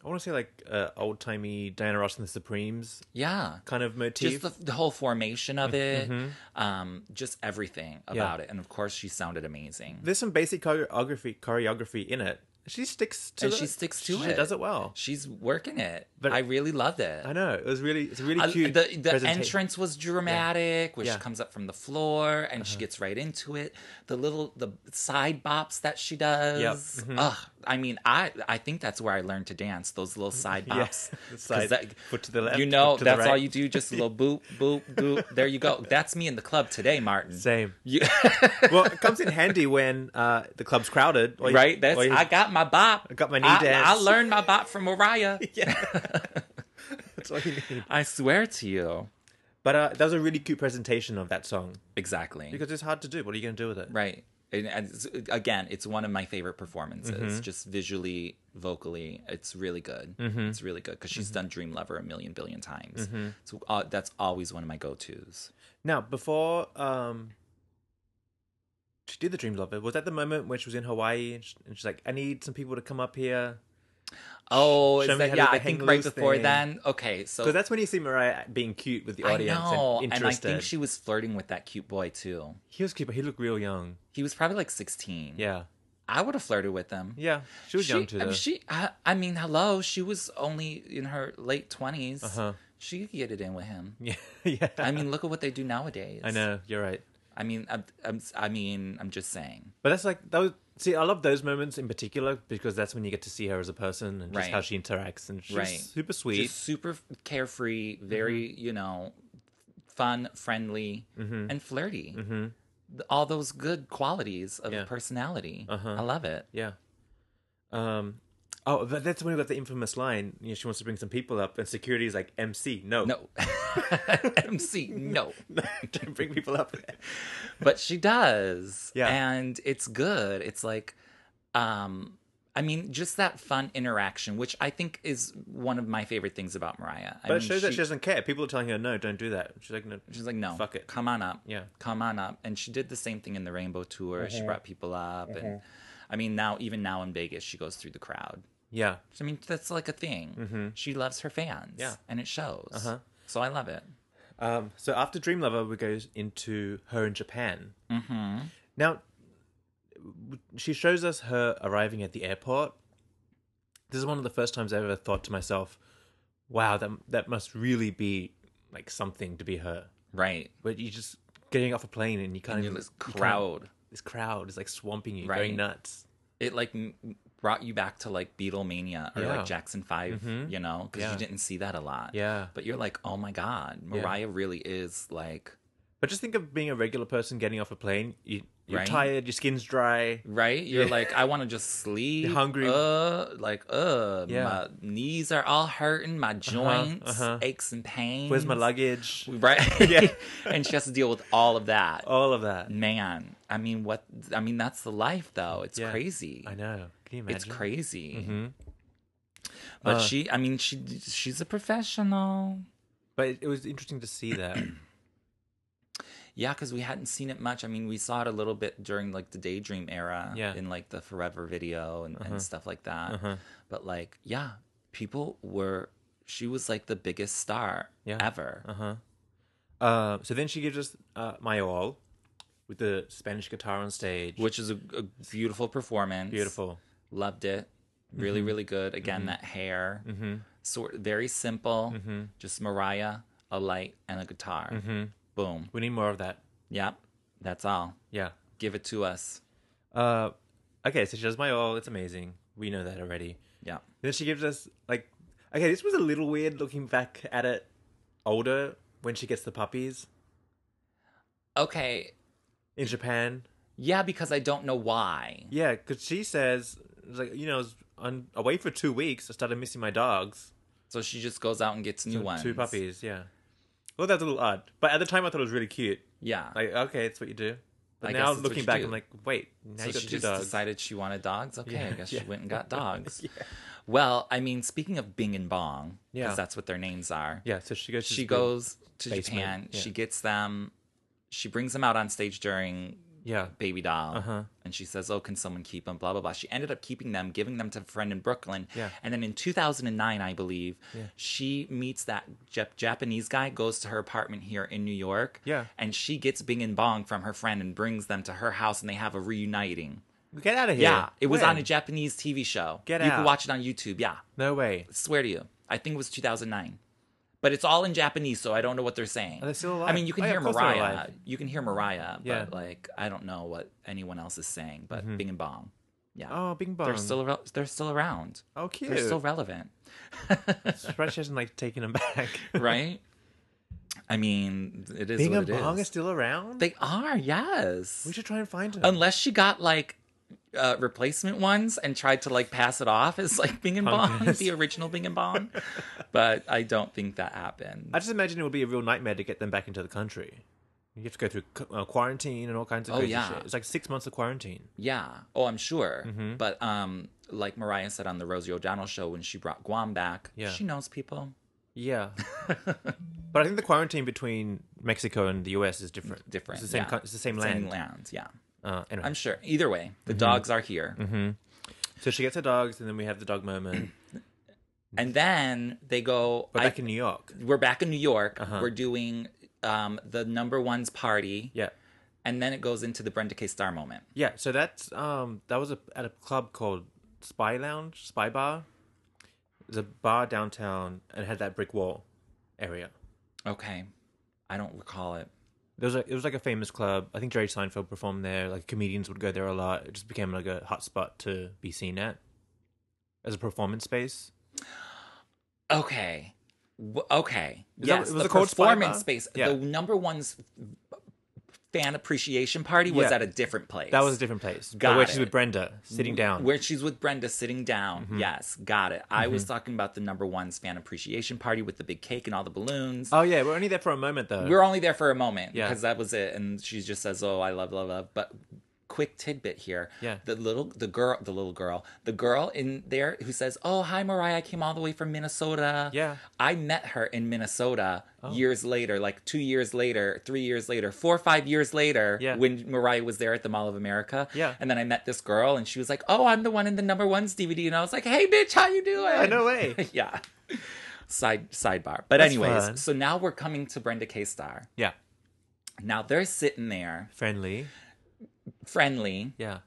I want to say like uh, old timey Diana Ross and the Supremes yeah. kind of motif. Just the, the whole formation of Mm-hmm. it, um, just everything about it, and of course she sounded amazing. There's some basic choreography choreography in it. She sticks to and it. she sticks to she it. does it well. She's working it. But- I really loved it. I know. It was really it's a really I- cute. the the presenta- entrance was dramatic, where Yeah. Uh-huh. she comes up from the floor and she gets right into it. The little the side bops that she does. Ugh, I mean, I I think that's where I learned to dance. Those little side bops. Yeah. 'Cause Side- that- foot to the left, You know, foot to the that's all right. you do. Just a little boop, boop, boop. There you go. That's me in the club today, Martin. Same. You- Well, it comes in handy when uh, the club's crowded. or you- right? That's or you- I got my bop. I got my knee I, I dance. learned my bop from Mariah. That's all you need. I swear to you. But uh, that was a really cute presentation of that song Exactly. because it's hard to do. What are you going to do with it? right. And, and it's, again, it's one of my favorite performances. Mm-hmm. Just visually, vocally, it's really good. It's really good because she's Mm-hmm. done Dream Lover a million billion times. So uh, that's always one of my go tos. Now, before um, she did the Dream Lover, was that the moment where she was in Hawaii and, she, and she's like, "I need some people to come up here"? Oh, Show is me that, how to yeah, do the I think hang right loose before thing. then. Okay, so Because that's when you see Mariah being cute with the audience I know, and and, I interested. think she was flirting with that cute boy too. He was cute, but he looked real young. He was probably like sixteen. Yeah, I would have flirted with him. yeah, she was young too. I mean, though. she, I, I mean, hello, she was only in her late 20s Uh-huh. She could get it in with him. yeah, yeah. I mean, look at what they do nowadays. I know you're right, I mean, I'm, I'm, I mean, I'm just saying. but that's like those. See, I love those moments in particular because that's when you get to see her as a person and just Right. how she interacts. And she's Right. super sweet. Mm-hmm. Just super carefree, very, you know, fun, friendly, and flirty. Mm-hmm. All those good qualities of Yeah. Uh-huh. personality. I love it. Yeah. Um. Oh, but that's when we got the infamous line. You know, she wants to bring some people up, and security is like, "MC, no, No, MC, no. don't bring people up." but she does Yeah. and it's good it's like um i mean just that fun interaction which i think is one of my favorite things about mariah I But it mean, shows that she doesn't care. People are telling her, "No, don't do that." She's like, "No." she's like no Fuck it. come on up Yeah. come on up and she did the same thing in the rainbow tour she brought people up and i mean now even now in vegas she goes through the crowd Yeah. i mean that's like a thing she loves her fans Mm-hmm. Yeah. Uh-huh. and it shows so i love it Um. So after Dream Lover, we go into her in Japan. Mm-hmm. Now, w- she shows us her arriving at the airport. This is one of the first times I ever thought to myself, "Wow, that that must really be like something to be her." right but you're just getting off a plane and you can't and even you this you can't- crowd this crowd is like swamping you, Right. going nuts. it like m- brought you back to like Beatlemania or Yeah. Mm-hmm. like Jackson 5 you know, because Yeah. you didn't see that a lot. Yeah. But you're like, oh my God, Mariah really is like, But just think of being a regular person getting off a plane. You, you're Right. tired, your skin's dry. right? You're like, I want to just sleep. hungry. Uh, like, uh, Yeah. my knees are all hurting, my joints, uh-huh. aches and pains. Where's my luggage? Right? Yeah. Oh. and she has to deal with all of that. All of that. Man, I mean, what? I mean, that's the life though. It's Yeah. crazy. I know. Can you imagine? Mm-hmm. Uh. It's crazy. But she, I mean, she she's a professional. But it, it was interesting to see that. Yeah, because we hadn't seen it much. I mean, we saw it a little bit during like the Daydream era, Yeah. Uh-huh. in like the Forever video and, and stuff like that. But like, yeah, people were. She was like the biggest star Yeah. Uh-huh. ever. uh, so then she gives us uh, my all with the Spanish guitar on stage. Which is a, a beautiful performance. Beautiful. Mm-hmm. loved it really really good again that hair sort very simple Mm-hmm. just mariah a light and a guitar boom We need more of that. yep that's all Yeah. give it to us Uh, okay, so she does my all. It's amazing. We know that already. yep Then she gives us like, okay, this was a little weird looking back at it older when she gets the puppies okay in Japan. yeah because i don't know why Yeah, because she says it's like you know I was on, away for two weeks. I started missing my dogs. so she just goes out and gets new ones Two puppies. Yeah. Well, that's a little odd. But at the time, I thought it was really cute. yeah Like, okay, it's what you do. But I guess now that's what looking you back, do. I'm like, wait, now so you got she two just dogs. decided she wanted dogs okay i Yeah, guess yeah. she went and got dogs well i mean speaking of bing and bong because Yeah. that's what their names are yeah, so she goes. to she the- goes to basement, Japan. yeah. She gets them. She brings them out on stage during Yeah. Baby Doll, Uh-huh. and she says, "Oh, can someone keep them?" Blah blah blah. She ended up keeping them, giving them to a friend in Brooklyn. Yeah. And then in 2009, I believe, she meets that Jap- Japanese guy, goes to her apartment here in New York. Yeah. And she gets Bing and Bong from her friend and brings them to her house, and they have a reuniting. Get out of here. Yeah. It was on When? a Japanese TV show. Get You out. can watch it on YouTube. Yeah No way. swear to you. I think it was 2009. But it's all in Japanese, so I don't know what they're saying. Are they still alive? I mean, you can Oh, yeah, hear of course they're Mariah. alive. You can hear Mariah, Yeah. Mm-hmm. but like I don't know what anyone else is saying. But Bing and Bong, yeah, Oh, Bing Bong. they're still ar- they're still around. Oh, They're still cute. relevant, Surprised she hasn't like taken them back. right? I mean, it is Bing what and it Bong is. is still around. they are, yes. we should try and find her. Unless she got like uh, replacement ones and tried to like pass it off as like Bing and Bong, Punkers. the original Bing and Bong. but I don't think that happened. I just imagine it would be a real nightmare to get them back into the country. You have to go through cu- uh, quarantine and all kinds of Oh, crazy yeah. shit. It's like six months of quarantine. Yeah. Oh, I'm sure. Mm-hmm. But um, like Mariah said on the Rosie O'Donnell show when she brought Guam back, Yeah. she knows people Yeah, but I think the quarantine between Mexico and the U.S. is different. different. It's the same. yeah. co- It's the same land. Mm-hmm. Yeah. Uh, anyway, I'm sure. Either way, the dogs are here. so she gets her dogs, and then we have the dog moment. And then they go. We're I- back in New York. we're back in New York. Uh-huh. We're doing um, the number ones party. Yeah, And then it goes into the Brenda K. Star moment. yeah. So that's um that was a, at a club called Spy Lounge, Spy Bar. It was a bar downtown and it had that brick wall area. Okay. I don't recall it. There was a, it was like a famous club. I think Jerry Seinfeld performed there. Like comedians would go there a lot. It just became like a hot spot to be seen at as a performance space. Okay. W- okay. Is that- yes, it was the a cold spot, performance huh? space. Yeah. The number one's fan appreciation party was Yeah. at a different place. That was a different place. But Got where she's it. with Brenda, sitting down. Where she's with Brenda sitting down. Mm-hmm. Yes, got it. I was talking about the number one's fan appreciation party with the big cake and all the balloons. oh yeah, we're only there for a moment though. we were only there for a moment Yeah. because that was it and she just says oh i love love love but quick tidbit here Yeah. the little the girl the little girl the girl in there who says oh hi mariah i came all the way from minnesota Yeah. Oh. i met her in minnesota years later like two years later three years later four or five years later Yeah. when mariah was there at the mall of america Yeah. and then i met this girl and she was like oh i'm the one in the number ones dvd and i was like hey bitch how you doing I know way. yeah. Side sidebar. But That's anyways, fun. so now we're coming to Brenda K Star. yeah. Now they're sitting there, Friendly. friendly, Yeah.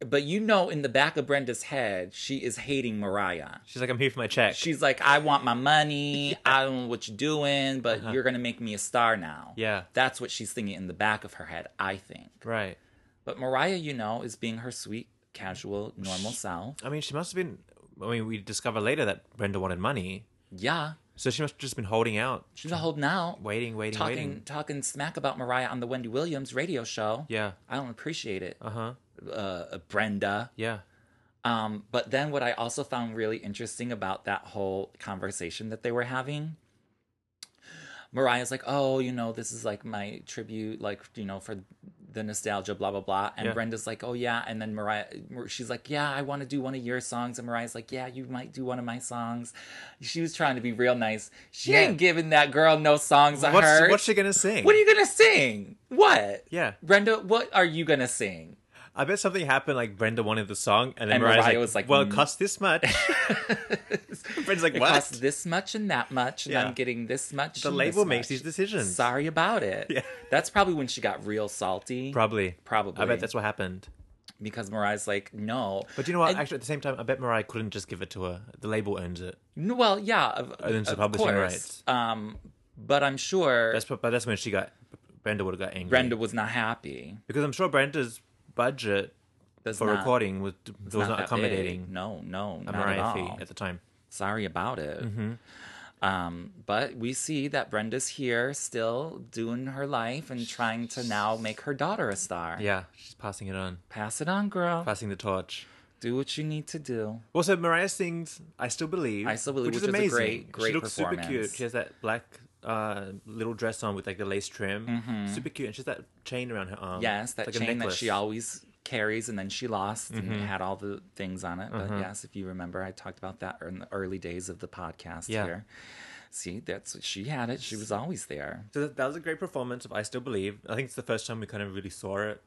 but you know in the back of Brenda's head, she is hating Mariah. She's like, I'm here for my check. She's like, I want my money. I don't know what you're doing, but you're gonna make me a star now. Uh-huh. Yeah. That's what she's thinking in the back of her head, I think. right. But Mariah, you know, is being her sweet, casual, normal self. I mean, she must have been. I mean, we discover later that Brenda wanted money, Yeah. so she must have just been holding out, She's not holding out. waiting, waiting, talking waiting. talking smack about Mariah on the Wendy Williams radio show. Yeah. I don't appreciate it, Uh huh. uh, Brenda. Yeah. Um, but then what I also found really interesting about that whole conversation that they were having. Mariah's like, oh, you know, this is like my tribute, like, you know, for the nostalgia, blah, blah, blah. And Yeah. Brenda's like, oh, yeah. And then Mariah, she's like, yeah, I want to do one of your songs. And Mariah's like, yeah, you might do one of my songs. She was trying to be real nice. She Yeah. ain't giving that girl no songs of What's, hers. what's she gonna sing? What are you gonna sing? What? Yeah. Brenda, what are you gonna sing? I bet something happened like Brenda wanted the song, and then And Mariah's Mariah like, was like, "Well, mm." it costs this much." Brenda's like, It "What?" costs this much and that much, and Yeah. I'm getting this much. the and label this makes much. these decisions. Sorry about it. Yeah. That's probably when she got real salty. Probably. Probably. I bet that's what happened. because Mariah's like, no. But do you know what? And- Actually, at the same time, I bet Mariah couldn't just give it to her. The label owns it. N- well, yeah. Of, And then it's the of publishing course. rights. Um, but I'm sure That's but that's when she got Brenda would have got angry. Brenda was not happy. because I'm sure Brenda's budget That's for not- recording was was not, that big. accommodating No, no, a not at Mariah all. fee Mm-hmm. at the time. sorry about it. Um, but we see that Brenda's here still doing her life and trying to now make her daughter a star. Yeah, she's passing it on, Pass it on, girl. passing the torch. Do what you need to do. Also, Mariah sings "I Still Believe," I Still Believe, which, is which is a amazing. great- she great looks super cute. performance. She has that black uh, little dress on with like the lace trim, super cute, and she has that chain around her arm. Mm-hmm. Yes, It's that Um, like a chain that she necklace. Mm-hmm. always carries and then she lost and it had all the things on it. But yes, if you remember, I talked about that in the early days of the podcast Yeah. here. See, that's she had it. She was always there. So that, that was a great performance of "I Still Believe." I think it's the first time we kind of really saw it,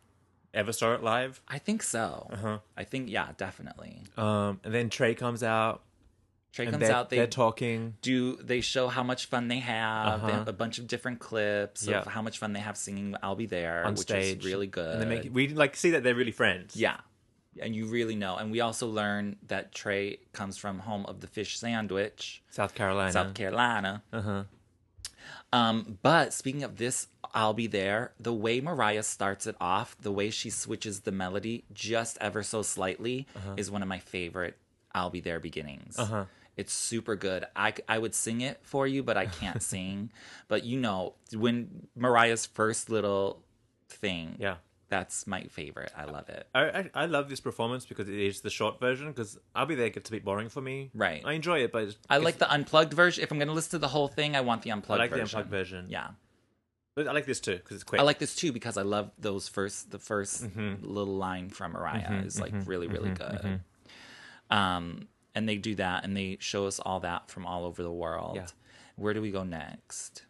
ever saw it live. I think so. I think yeah, definitely. Um, Uh-huh. and then Trey comes out, Trey and comes they're, out. They they're talking. do they show how much fun they have They Uh-huh. have a bunch of different clips Yeah. of how much fun they have singing i'll be there on which stage, is really good And they make we like see that they're really friends. yeah and you really know and we also learn that trey comes from home of the fish sandwich South Carolina. south carolina Uh-huh. um, but speaking of this i'll be there the way mariah starts it off the way she switches the melody just ever so slightly is one of my favorite i'll be there beginnings Uh-huh. it's super good. I, c- I would sing it for you, but I can't sing. But you know, when Mariah's first little thing, Yeah. That's my favorite. I love it. I, I I love this performance because it is the short version. Because I'll be there gets a bit boring for me. Right. I enjoy it, but it's- I it's- like the unplugged version. If I'm going to listen to the whole thing, I want the I unplugged like version. the unplugged version. Yeah. but I like this too because it's quick. Mm-hmm. I like this too because I love those first the 1st little line from Mariah is like really really good. Mm-hmm. Um and they do that and they show us all that from all over the world. Yeah. Where do we go next?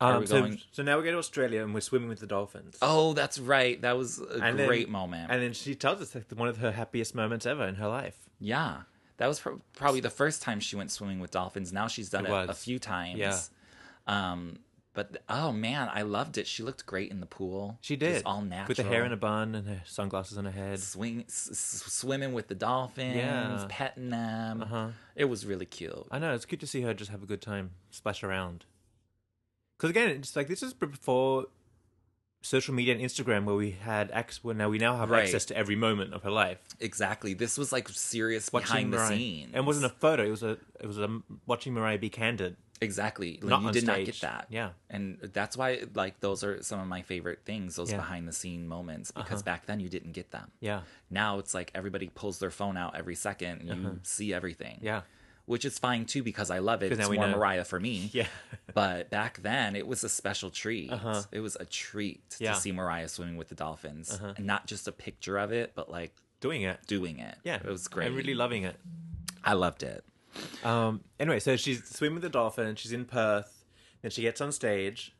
are Um, we so, going- so now we go to Australia and we're swimming with the dolphins. Oh, that's right. That was a And then- great moment. And then she tells us like one of her happiest moments ever in her life. yeah. That was pro- probably the first time she went swimming with dolphins. Now she's done It it, a was. few times. Yeah. Um but th- oh man, I loved it. She looked great in the pool. She did. Just all natural. With her hair in a bun and her sunglasses on her head. swing, s- s- swimming with the dolphins, Yeah. Uh-huh. petting them. It was really cute. I know, it's good to see her just have a good time, splash around. Because again, it's like this is before social media and Instagram where we had access, where now we now have Right. access to every moment of her life. Exactly. This was like serious behind the Mariah. scenes. And it wasn't a photo, it was a, it was a watching Mariah be candid. exactly. Like, not you on did not stage. get that. Yeah. And that's why like those are some of my favorite things, those Yeah. Uh-huh. behind the scene moments because back then you didn't get them. Yeah. Now it's like everybody pulls their phone out every second and you see everything. Uh-huh. Yeah. Which is fine too because I love it. 'Cause now It's we more know. Mariah for me. Yeah. But back then, it was a special treat. It was a treat Uh-huh. Yeah. Uh-huh. to see Mariah swimming with the dolphins, and not just a picture of it, but like Doing it. doing it. Yeah. it was great. I'm really loving it. I loved it. Um, anyway, so she's swimming with the dolphin. She's in Perth. Then she gets on stage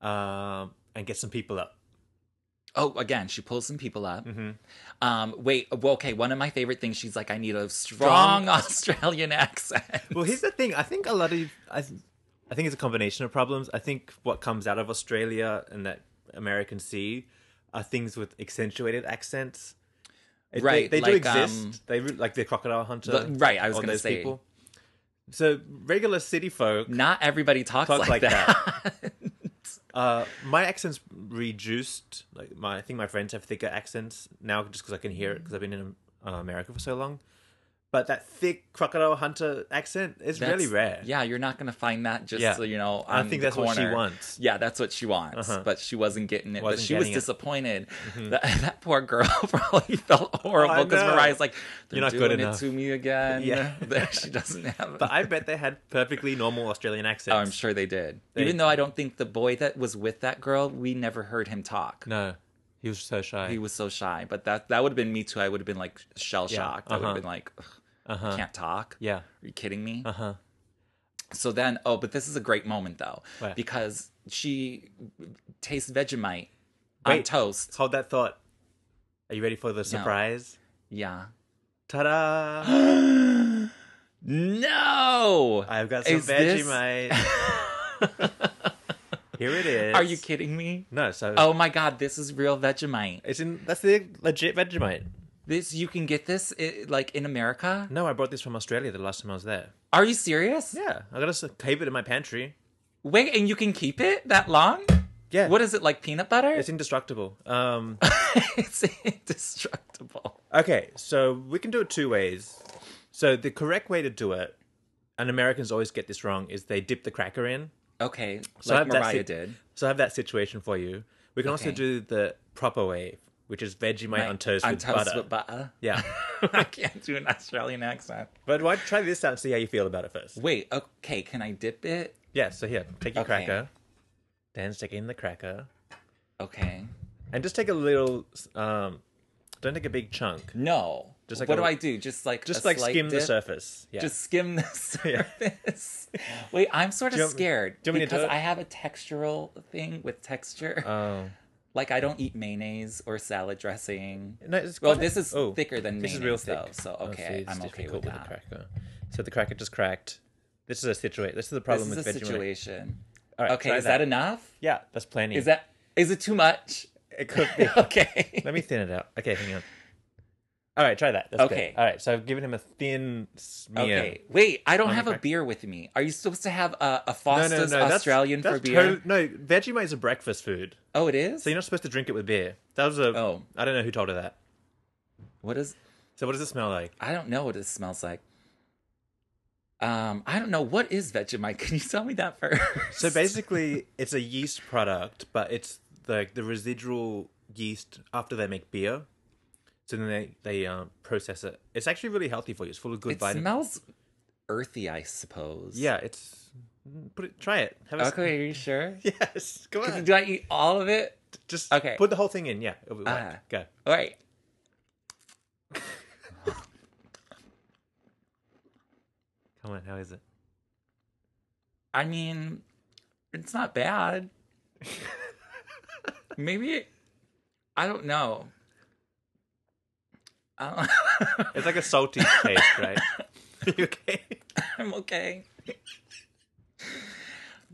um, and gets some people up. Oh, again, she pulls some people up. Mm-hmm. Um, wait, well, okay. One of my favorite things. She's like, I need a strong Australian accent. Well, here's the thing. I think a lot of I, th- I think it's a combination of problems. I think what comes out of Australia and that American sea are things with accentuated accents. It- they- Right, They, do like, exist. um, they re- like the crocodile hunter. The- right, I was or gonna those say. So regular city folk Not everybody talks, talk like, like, that. that. uh, my accent's reduced. Like my, I think my friends have thicker accents now, just because I can hear it because I've been in uh, America for so long. But that thick crocodile hunter accent is That's- really rare. Yeah, you're not gonna find that just Yeah. so you know. I on think the that's what she corner. wants. Uh-huh. Yeah, that's what she wants, but she wasn't getting it. but Wasn't she was getting it. Mm-hmm. disappointed. That, that poor girl probably felt horrible because Oh, know. Mariah's like, "They're You're not doing good it enough." to me again." Yeah. There, she doesn't have. But I bet they had perfectly normal Australian accents. Oh, I'm sure they did. They- Even though I don't think the boy that was with that girl, we never heard him talk. No, he was so shy. He was so shy. But that that would have been me too. I would have been like shell shocked. I would uh-huh. have been like, "Ugh, I can't talk. yeah. Are you kidding me? Uh Uh-huh. huh. So then, oh, but this is a great moment though, What? because she tastes Vegemite on Wait. toast. Hold that thought. Are you ready for the surprise? Yeah. Ta-da! No. I've got some Is this- Vegemite. Here it is. Are you kidding me? No, so Oh my god, this is real Vegemite. it's in. That's the legit Vegemite. This you can get this i like in America. No, I brought this from Australia the last time I was there. Are you serious? Yeah, I gotta s- keep it in my pantry. Wait, and you can keep it that long? Yeah, What is it like peanut butter? It's indestructible. Um. it's indestructible. Okay, so we can do it two ways. So the correct way to do it, and Americans always get this wrong, is they dip the cracker in. Okay, So I like have that Mariah sit- did. So I have that situation for you. We can also Okay. do the proper way, which is Vegemite on toast with butter. with butter. yeah, I can't do an Australian accent. but why try this out and see how you feel about it first. Wait, okay, can I dip it? Yeah. So here, take your Okay. cracker. Dan's taking the cracker, Okay. and just take a little. Um, don't take a big chunk. No. Just like what a- do I do? Just like Just a like slight skim the dip? surface. Yeah. Just skim the surface. Wait, I'm sort of you want me- scared do you want me to do because it? I have a textural thing with texture. Oh. like I don't eat mayonnaise or salad dressing. No, it's well, quite- this is oh, thicker than this mayonnaise, is real thick. though. So Oh, okay, it's I'm okay difficult with that. the cracker. So the cracker just cracked. This is a situation. This is the This problem is a with Vegemite. situation. All right, okay, try is that. enough? Yeah, that's plenty. Is that is it too much? It could be. okay. Let me thin it out. Okay, hang on. All right, try that. That's Okay. Good. All right, so I've given him a thin smear. Okay. Wait, I don't uh, me have a crack- beer with me. Are you supposed to have a, a No, Foster's no, no. Australian that's, for that's beer? total- no, Vegemite is a breakfast food, Oh, it is. so you're not supposed to drink it with beer. That was a. Oh. I don't know who told her that. what is? So what does it smell like? I don't know what this smells like. Um, I don't know what is Vegemite. Can you tell me that first? So basically, it's a yeast product, but it's like the residual yeast after they make beer. So then they they uh, process it. It's actually really healthy for you. It's full of good It vitamins. smells earthy, I suppose. yeah, it's put it. Try it. Have a s- Okay, are you sure? Yes. Come on. Do I eat all of it? Just Okay. Put the whole thing in. Yeah. It'll be Ah. whack. Go. All right. Come on. How is it? I mean, it's not bad. Maybe I don't know. Uh, I don't, It's like a salty taste, right? you okay? I'm okay.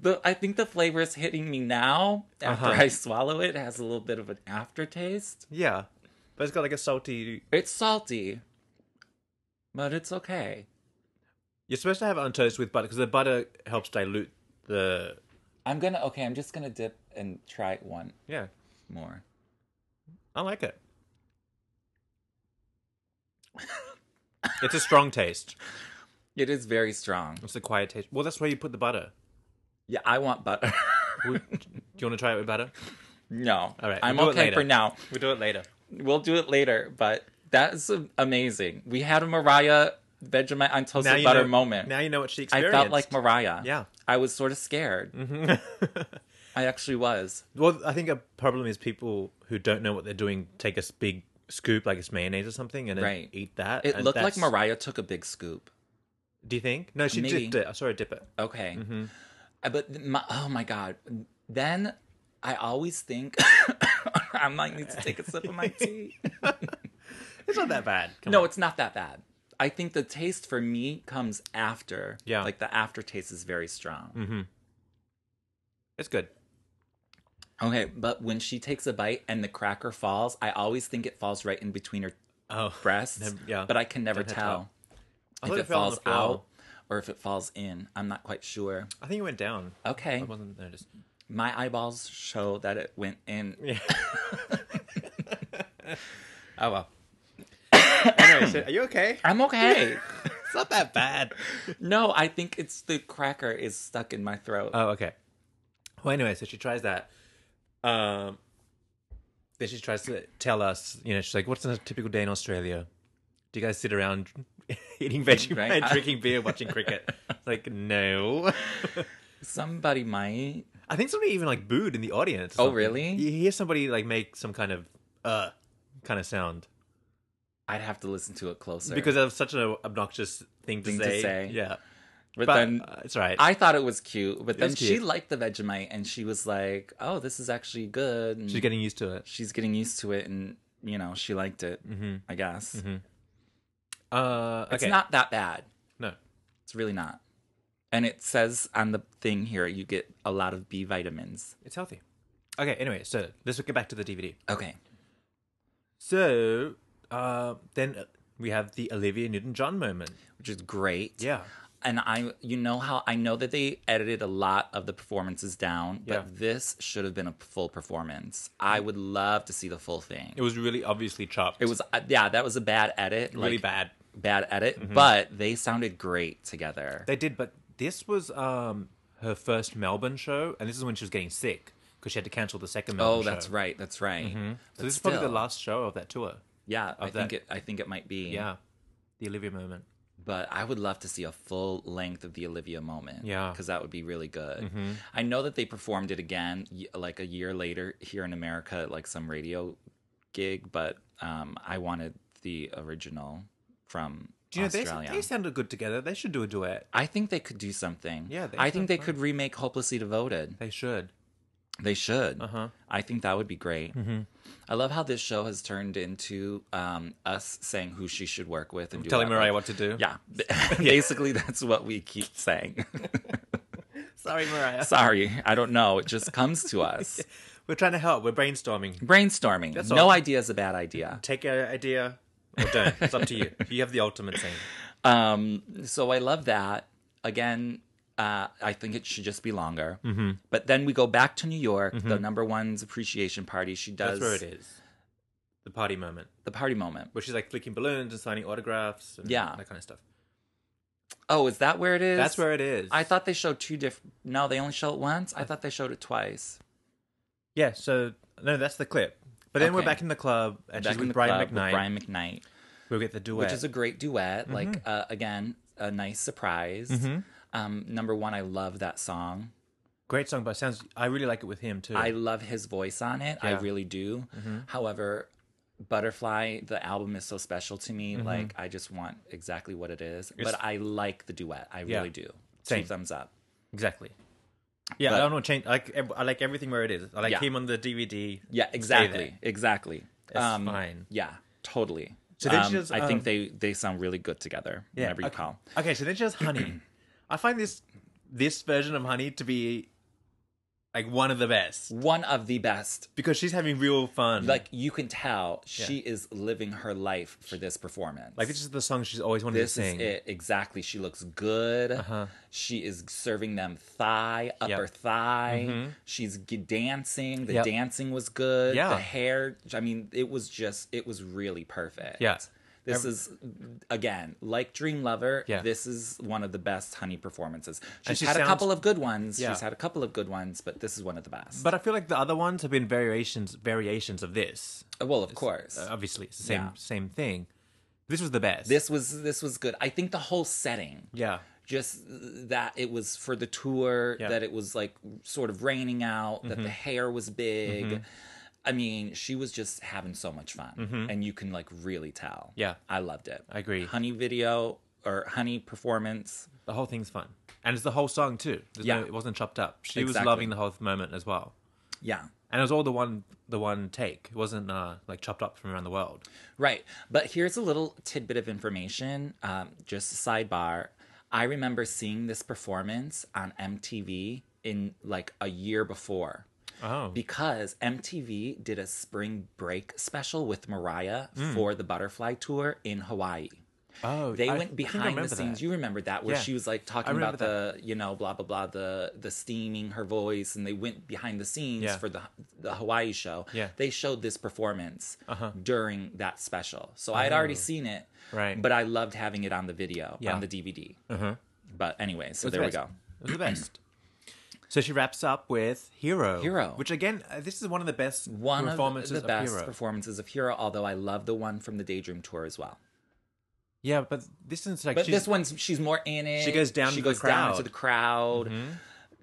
The, I think the flavor is hitting me now. After Uh-huh. I swallow it, it has a little bit of an aftertaste. Yeah. But it's got like a salty. It's salty, but it's okay. You're supposed to have it on toast with butter because the butter helps dilute the. I'm gonna okay. I'm just gonna dip and try one Yeah. more. I like it. it's a strong taste. It is very strong. It's a quiet taste. Well, that's where you put the butter. Yeah, I want butter. Would- Do you want to try it with butter? no, All right, I'm we'll do it okay later. for now. We'll do it later. We'll do it later, but that's a- amazing. We had a Mariah Vegemite on toasted butter know, moment. Now you know what she I experienced. felt like Mariah. Yeah. Mm-hmm. I was sort of scared. I actually was. Well, I think a problem is people who don't know what they're doing take a s- big scoop, like it's mayonnaise or something, and then Right. eat that. It and looked like that's- Mariah took a big scoop. Do you think? No, she Maybe. dipped it. I saw her dip it. Okay. Mm-hmm. Uh, But th- my, oh my God. Then I always think I might need to take a sip of my tea. It's not that bad. Come No, on. it's not that bad. I think the taste for me comes after. Yeah. Mm-hmm. Like the aftertaste is very strong. it's good. Okay, but when she takes a bite and the cracker falls, I always think it falls right in between her Oh, breasts. Never- yeah. But I can never Don't have tell I if thought it, it fell on falls the floor. out or if it falls in. I'm not quite sure. I think it went down. Okay. I wasn't noticed. My eyeballs show that it went in. Oh well. anyway, so are you okay? I'm okay. It's not that bad. no, I think it's the cracker is stuck in my throat. Oh, okay. Well, anyway, so she tries that. Um, then she tries to tell us, you know, she's like, "What's a typical day in Australia? Do you guys sit around eating veggie Right. and drinking beer, watching cricket?" It's like, no. Somebody might. I think somebody even like booed in the audience. or Oh, something. really? You hear somebody like make some kind of uh kind of sound I'd have to listen to it closer. because of such an obnoxious thing to, Thing to say. say. Yeah, but but then uh, it's all right. I thought it was cute, but then was she cute. liked the Vegemite and she was like, "Oh, this is actually good." and She's getting used to it. she's getting used to it, and you know she liked it. I guess Uh, Mm-hmm. okay. it's not that bad. no. It's really not. And it says on the thing here, you get a lot of B vitamins. It's healthy. Okay, anyway, so let's get back to the DVD. Okay. So uh, then we have the Olivia Newton John moment. Which is great. Yeah. And I, you know how, I know that they edited a lot of the performances down, Yeah. Mm. but this should have been a full performance. I would love to see the full thing. It was really obviously chopped. It was, uh, yeah, that was a bad edit. really like, bad. Mm-hmm. bad edit, but they sounded great together. They did, but this was um, her first Melbourne show, and this is when she was getting sick because she had to cancel the second Melbourne oh, show. that's right, that's right. Mm-hmm. So this is probably still. the last show of that tour. Yeah, I that- think it. I think it might be. Yeah. The Olivia moment. but I would love to see a full length of the Olivia moment. Yeah. Mm-hmm. because that would be really good. I know that they performed it again, y- like a year later here in America, at like some radio gig. But um, I wanted the original from Do you Australia. know, they, they sounded good together. They should do a duet. I think they could do something. Yeah, they I sound think they fun. could remake "Hopelessly Devoted." They should. They should. Uh-huh. I think that would be great. Mm-hmm. I love how this show has turned into um, us saying who she should work with and do Telling what, Mariah like- what to do. Yeah, basically that's what we keep saying. Sorry, Mariah. Sorry, I don't know. It just comes to us. We're trying to help. We're brainstorming. Brainstorming. no all. idea is a bad idea. take an idea or don't. It's up to you. You have the ultimate thing. Um, so I love that. Again, uh, I think it should just be longer. Mm-hmm. But then we go back to New York, the number one's appreciation party. She does Mm-hmm. That's where it is. The party moment, the party moment. where she's like flicking balloons and signing autographs and Yeah. that kind of stuff. Oh, is that where it is? That's where it is. I thought they showed two different. No, they only show it once. I thought they showed it twice. Yeah, so, no, that's the clip. But then we're Okay. back in the club, and Back she's in with the Brian club McKnight. with Brian McKnight, We'll get the duet. Mm-hmm. which is a great duet. Like uh, again, a nice surprise. Um, number one, I love that song. great song, but it sounds I really like it with him too. I love his voice on it. I Yeah. Mm-hmm. really do. However, Butterfly, the album is so special to me. Like I just want exactly what it is. Mm-hmm. It's- but I like the duet. I Yeah. really do. Same. Two thumbs up. exactly. Yeah, But- I don't know. Change. I like ev- I like everything where it is. I like Yeah. him on the DVD. Yeah, Stay there. exactly. Exactly. Um, It's fine. Yeah, totally. So then she Um, does, I think um, they they sound really good together. Whenever you okay. call. Okay, so then she does honey. I find this this version of honey to be like one of the best One of the best because she's having real fun. like you can tell she is living her life for this performance. like this is the song she's always wanted this to is sing. it exactly. She looks good. Uh-huh. She is serving them thigh, upper thigh. She's g- dancing. The Mm-hmm. Yep. dancing was good. Yeah. The hair. I mean, it was just. It was really perfect. Yeah. This is again like Dream Lover. Yeah. This is one of the best Honey performances. She's she had sounds- a couple of good ones. Yeah. She's had a couple of good ones, but this is one of the best. But I feel like the other ones have been variations variations of this. well, of course. Uh, obviously, it's the same Yeah. same thing. This was the best. this was this was good. I think the whole setting. yeah. just that it was for the tour Yeah. Mm-hmm. that it was like sort of raining out that the hair was big i mean she was just having so much fun and you can like really tell Mm-hmm. Yeah. i loved it I agree. honey video or honey performance The whole thing's fun, and it's the whole song too. There's Yeah. no, it wasn't chopped up. She was Exactly. loving the whole moment as well, yeah and it was all the one the one take. It wasn't uh, like chopped up from around the world. Right. But here's a little tidbit of information, um, just a sidebar. I remember seeing this performance on MTV in like a year before. Oh. Because MTV did a spring break special with Mariah for the Butterfly Tour in Hawaii. Hmm. Oh, They I went think I behind the remember scenes. that. You remember that where Yeah. she was like I talking remember about the, you know, blah blah blah, the the steaming her voice, and they went behind the scenes Yeah. for the the Hawaii show. Yeah. Uh-huh. They showed this performance during that special. So I had already seen it. Oh. Right. But I loved having it on the video, Yeah. Uh-huh. on the DVD. But anyway, It so was the there we best. go. It was the best. so she wraps up with Hero. Hero. Which again, uh, this is one of the best One of performances the best Hero. performances of Hero, although I love the one from the Daydream Tour as well. yeah, but this is like But she's- this one's she's more in it. She goes down She to the goes down crowd. Mm-hmm. to the crowd.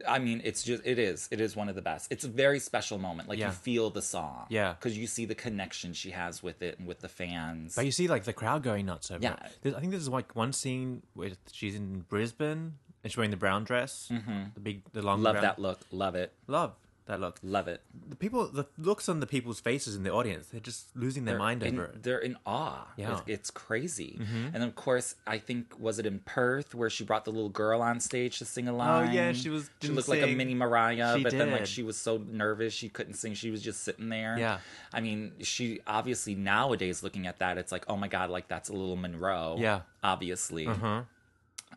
I mean, it's just it is it is one of the best. It's a very special moment. Like Yeah. you feel the song, Yeah. because you see the connection she has with it and with the fans. But you see, like the crowd going nuts over Yeah. it. There's, I think this is like one scene where she's in Brisbane and she's wearing the brown dress, the big, the long. Mm-hmm. love brown- that look, love it, Love that look. love it. The people, the looks on the people's faces in the audience, they're just losing their mind in, over it. They're in awe. Yeah. Mm-hmm. It's, it's crazy. And of course, I think was it in Perth where she brought the little girl on stage to sing a line. Oh, yeah, she was- She didn't looked like a sing. mini Mariah, She but then like did. she was so nervous she couldn't sing. She was just sitting there. Yeah. I mean, she obviously nowadays looking at that, it's like, oh my god, like that's a little Monroe. Yeah. Uh-huh. Obviously.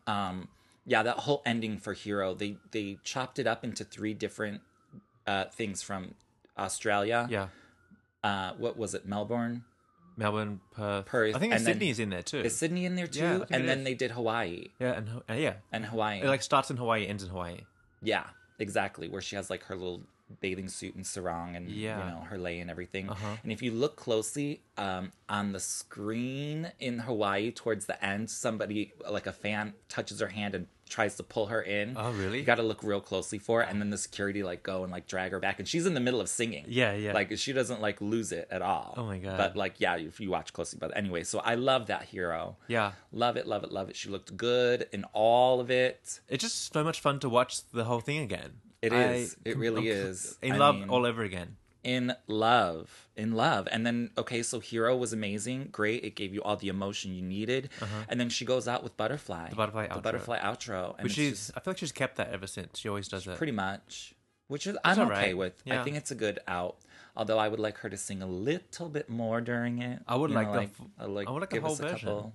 Um. Yeah, that whole ending for Hero, they they chopped it up into three different uh things from Australia. Yeah, Uh, what was it? Melbourne. Melbourne, Perth. Perth, I think and then- Sydney's in there too. Is Sydney in there too? Yeah, I think it and then is. they did Hawaii yeah, and uh, yeah, and Hawaii. it like starts in Hawaii, ends in Hawaii. yeah, exactly. Where she has like her little bathing suit and sarong and Yeah. Uh-huh. you know her lei and everything. And if you look closely um, on the screen in Hawaii towards the end, somebody like a fan touches her hand and tries to pull her in. Oh, really? You got to look real closely for it. And then the security like go and like drag her back, and she's in the middle of singing. Yeah, yeah. Like she doesn't like lose it at all. Oh my God. But like yeah, if you watch closely, but anyway, so I love that hero. Yeah, Love it, love it, love it. She looked good in all of it. it's just so much fun to watch the whole thing again. It It is. It really is. In I love mean- all over again. In love, in love. And then, okay, so Hero was amazing. Great. It gave you all the emotion you needed. And then she goes out with Butterfly. The Uh-huh. Butterfly The outro. Butterfly outro. And But it's she's, just I feel like she's kept that ever since. She always does it. pretty much, which is, I'm all okay right. with. I Yeah. think it's a good out. Although I would like her to sing a little bit more during it. I would You know, like the f- I'd like, I would like a give us whole version.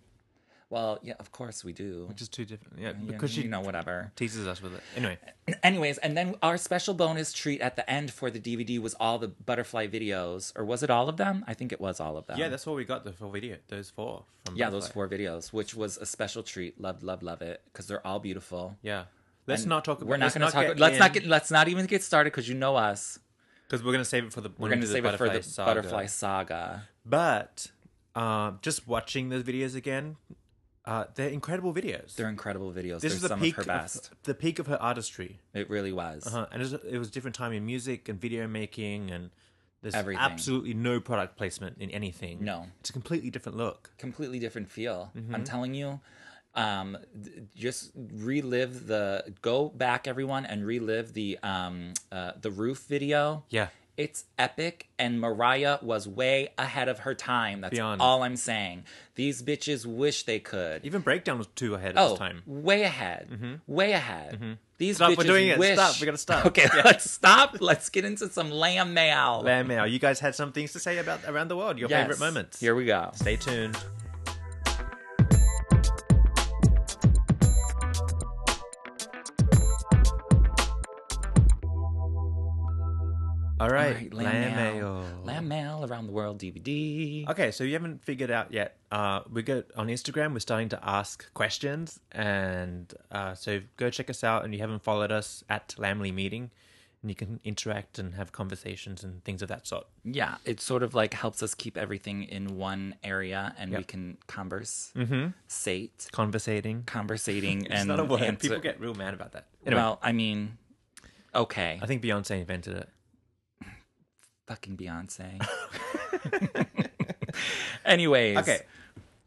Well, yeah, of course we do. Just too different. Yeah, Yeah, because she you know, whatever. teases us with it. Anyway, Anyways, and then our special bonus treat at the end for the DVD was all the butterfly videos, or was it all of them? I think it was all of them. yeah, that's all we got. The full video, those four. From yeah, those Butterfly. four videos, which was a special treat. Love, love, love it because they're all beautiful. Yeah, let's And not talk. about We're not let's going to talk. get let's not in- get. Let's not even get started because you know us. because we're gonna save it for the We're going to do the save it for the saga. butterfly saga. But uh, just watching those videos again, uh, they're incredible videos. They're incredible videos. this They're is the some peak of her best. the peak of her artistry. it really was. Uh, and it was, it was different time in music and video making and there's Everything. absolutely no product placement in anything. No. It's a completely different look. completely different feel. Mm-hmm. I'm telling you, um, th- just relive the go back everyone and relive the um, uh, the roof video. Yeah. It's epic, and Mariah was way ahead of her time. That's Beyond. all I'm saying. These bitches wish they could. Even Breakdown was two ahead of oh, its time. Mm-hmm. way ahead, way ahead. These Stop, bitches we're doing it. wish. Stop, we gotta stop. Okay, let's stop. Let's get into some lamb mail. Lamb Mail, you guys had some things to say about around the world, your Yes. favorite moments. Here we go. Stay tuned. All right, All right, Lamb Mail. Lamb mail Uh, around the world DVD. Okay, so you haven't figured out yet. Uh, we get on Instagram. We're starting to ask questions, and uh, so go check us out. And you haven't followed us at Lamley Meeting, and you can interact and have conversations and things of that sort. Yeah, it sort of like helps us keep everything in one area, and we Yep. can converse, mm-hmm. sate, Conversating. conversating, and It's not a word. answer- People get real mad about that. Anyway, Well, I mean, okay, I think Beyonce invented it. fucking Beyonce. Anyways, Okay.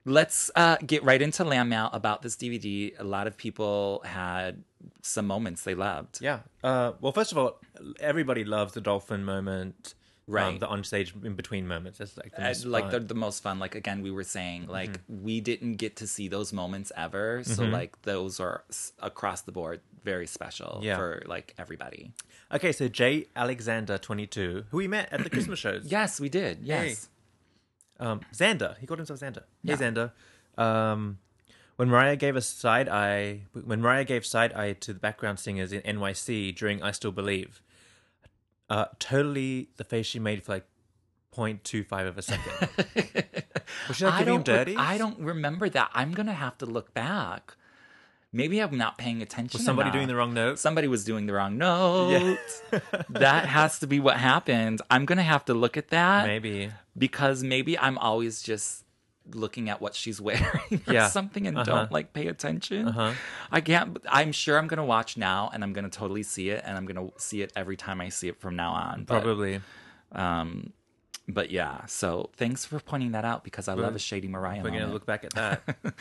let's uh, get right into Lamb Mail about this DVD. A lot of people had some moments they loved. Yeah. Uh, well, first of all, everybody loves the dolphin moment, Um, Right. the on stage in between moments. That's like the Uh, most like fun. they're the most fun like again we were saying Mm-hmm. like we didn't get to see those moments ever so like those are s- across the board very special Yeah. for like everybody Okay, so Jay Alexander, twenty-two, who we met at the Christmas shows. yes we did yes Um, Xander. He called himself Xander. Hey, Xander. Um, when Mariah gave a side eye, when Mariah gave side eye to the background singers in NYC during "I Still Believe," uh, totally the face she made for like 0.25 of a second. Was she like I giving him don't, re- dirty? I don't remember that i'm gonna have to look back maybe i'm not paying attention Was somebody doing enough. the wrong note? somebody was doing the wrong note that has to be what happened i'm gonna have to look at that Maybe. because maybe I'm always just looking at what she's wearing or Yeah. something and Uh-huh. don't like pay attention. I can't. I'm sure I'm gonna watch now and I'm gonna totally see it and I'm gonna see it every time I see it from now on. But, Probably. but yeah. So thanks for pointing that out because I love a shady Mariah We're going to moment. look back at that.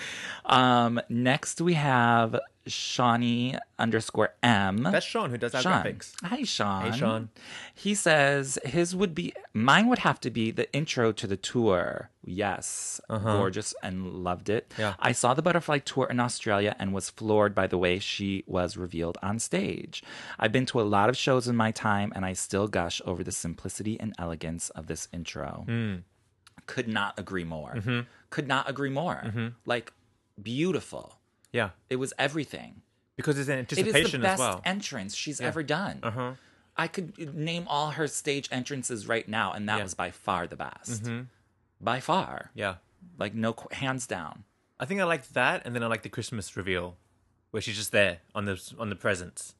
um, next we have Shawnee underscore M. That's Sean who does our Sean. graphics. Hi, Sean. Hey, Sean. He says his would be mine would have to be the intro to the tour. Yes, gorgeous and loved it. Uh-huh. Yeah. I saw the butterfly tour in Australia and was floored by the way she was revealed on stage. I've been to a lot of shows in my time and I still gush over the simplicity and elegance of this intro. Mm. Could not agree more. Mm-hmm. Could not agree more. Like beautiful. Yeah. It was everything. Because there's an It is the anticipation as best well. Uh-huh. entrance she's ever done. I could name all her stage entrances right now, and that was by far the best. By far, Mm-hmm. yeah. like no qu- hands down. I think I liked that. And then I like the Christmas reveal where she's just there on the on the presents.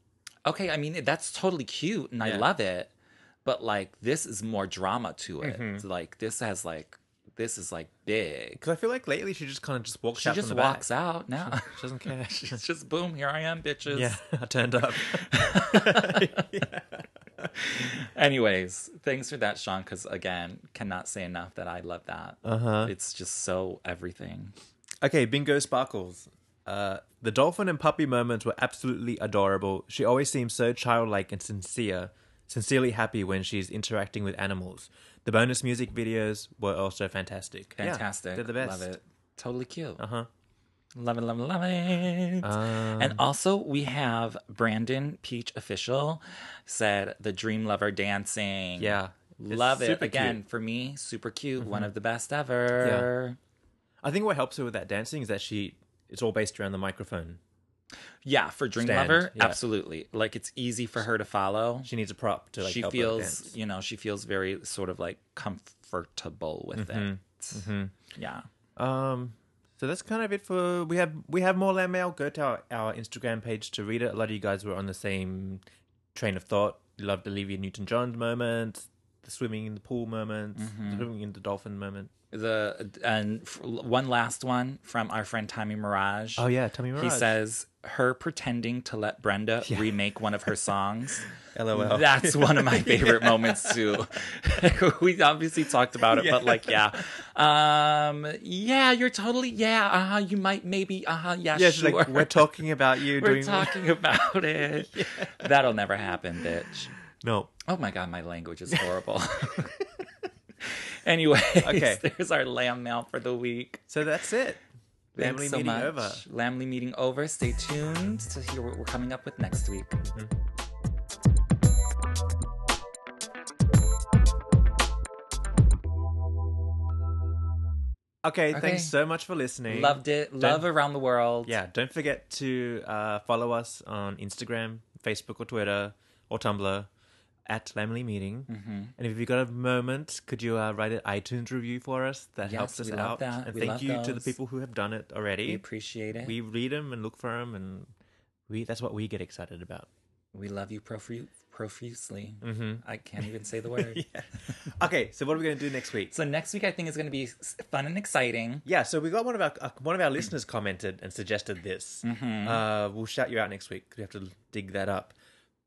Okay, I mean that's totally cute, and I Yeah. love it, but like this is more drama to it. Like this has like this is like big. Because I feel like lately she just kind of just walks She out just from the back. walks out now. She doesn't care. it's just boom, here I am, bitches. yeah. I turned up. Anyways, thanks for that, Sean. Because again, cannot say enough that I love that. Uh-huh. It's just so everything. Okay, Bingo Sparkles. Uh, the dolphin and puppy moments were absolutely adorable. She always seems so childlike and sincere, sincerely happy when she's interacting with animals. The bonus music videos were also fantastic. Yeah, Fantastic. they're the best. Uh-huh. Love it. Totally cute. Uh huh. Love it, love it, love it. Um, and also, we have Brandon Peach Official said the Dream Lover dancing. Yeah, it's Love it. super Again, cute. Mm-hmm. for me, super cute. One of the best ever. I think what helps her with that dancing is that she it's all based around the microphone. Yeah, for Dream Stand, Lover, yeah. absolutely. Like, it's easy for her to follow. She needs a prop to like she help her feels, dance. you know, she feels very sort of like comfortable with Mm-hmm. it. Yeah. Um, so that's kind of it for we have we have more land mail. Go to our, our Instagram page to read it. A lot of you guys were on the same train of thought loved Olivia Newton John moment, the swimming in the pool moment, Mm-hmm. the swimming in the dolphin moment. The and f- one last one from our friend Tommy Mirage. Oh, yeah, Tommy He Mirage. says her pretending to let Brenda remake one of her songs. LOL. That's one of my favorite moments too. we obviously talked about it, but like, yeah, um, yeah, you're totally, yeah, uh huh. You might, maybe, uh huh, yeah, yeah, she's sure. like, we're talking about you We're doing talking about it. That'll never happen, bitch. no. Oh my god, my language is horrible. anyway, Okay. there's our lamb mail for the week. So that's it. Thanks Family so meeting much. over. Lamley meeting over. Stay tuned to hear what we're coming up with next week. Okay, Okay. thanks so much for listening. Loved it. Love around the world. Yeah, don't forget to uh, follow us on Instagram, Facebook, or Twitter, or Tumblr at Lamely Meeting. Mm-hmm. And if you've got a moment, could you uh, write an iTunes review for us? That Yes, helps us we love out. that. And We thank love you to the those. people who have done it already. We appreciate it. We We, read them and look for them, and we that's what we get excited about. love you profu- profusely. Mm-hmm. I can't even say the word. Okay, so what are we going to do next week? So next week, I think is going to be s- fun and exciting. Yeah, so we got one of our uh, one of our listeners commented and suggested this. Mm-hmm. Uh, we'll shout you out next week. 'cause We have to dig that up.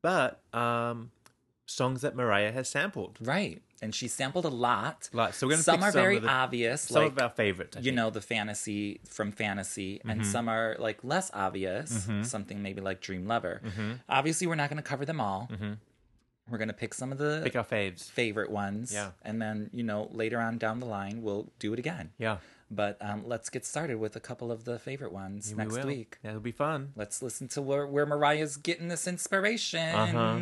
But um, songs that Mariah has sampled, Right. And she sampled a lot. like so we're gonna some pick are some very of the, obvious. some like, of our favorites. I you think. Mm-hmm. know the fantasy from fantasy and some are like less obvious something maybe like dream lover Mm-hmm. obviously we're not going to cover them all we're going to pick some of the pick our faves. favorite ones Yeah. and then you know later on down the line we'll do it again Yeah, but um, let's get started with a couple of the favorite ones we next will. week that'll be fun. let's listen to where, where mariah's getting this inspiration Uh-huh.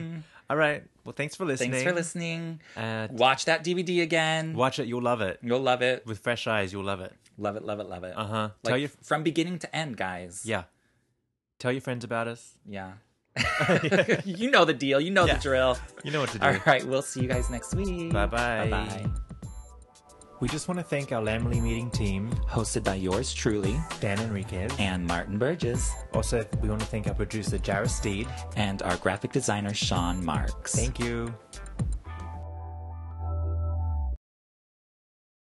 All right. Well, thanks for listening. thanks for listening Uh, watch that dvd again watch it. You'll love it you'll love it with fresh eyes. You'll love it. love it love it love it Uh-huh. like, Tell your- from beginning to end guys Yeah. Tell your friends about us. Yeah. you know the deal. You know Yeah. the drill. You know what to do. All right. We'll see you guys next week. Bye-bye. Bye bye. We just want to thank our Lamely meeting team, Hosted by yours truly, Dan Enriquez. and Martin Burgess, Also, we want to thank our producer, Jarrah Steed. and our graphic designer, Sean Marks. Thank you.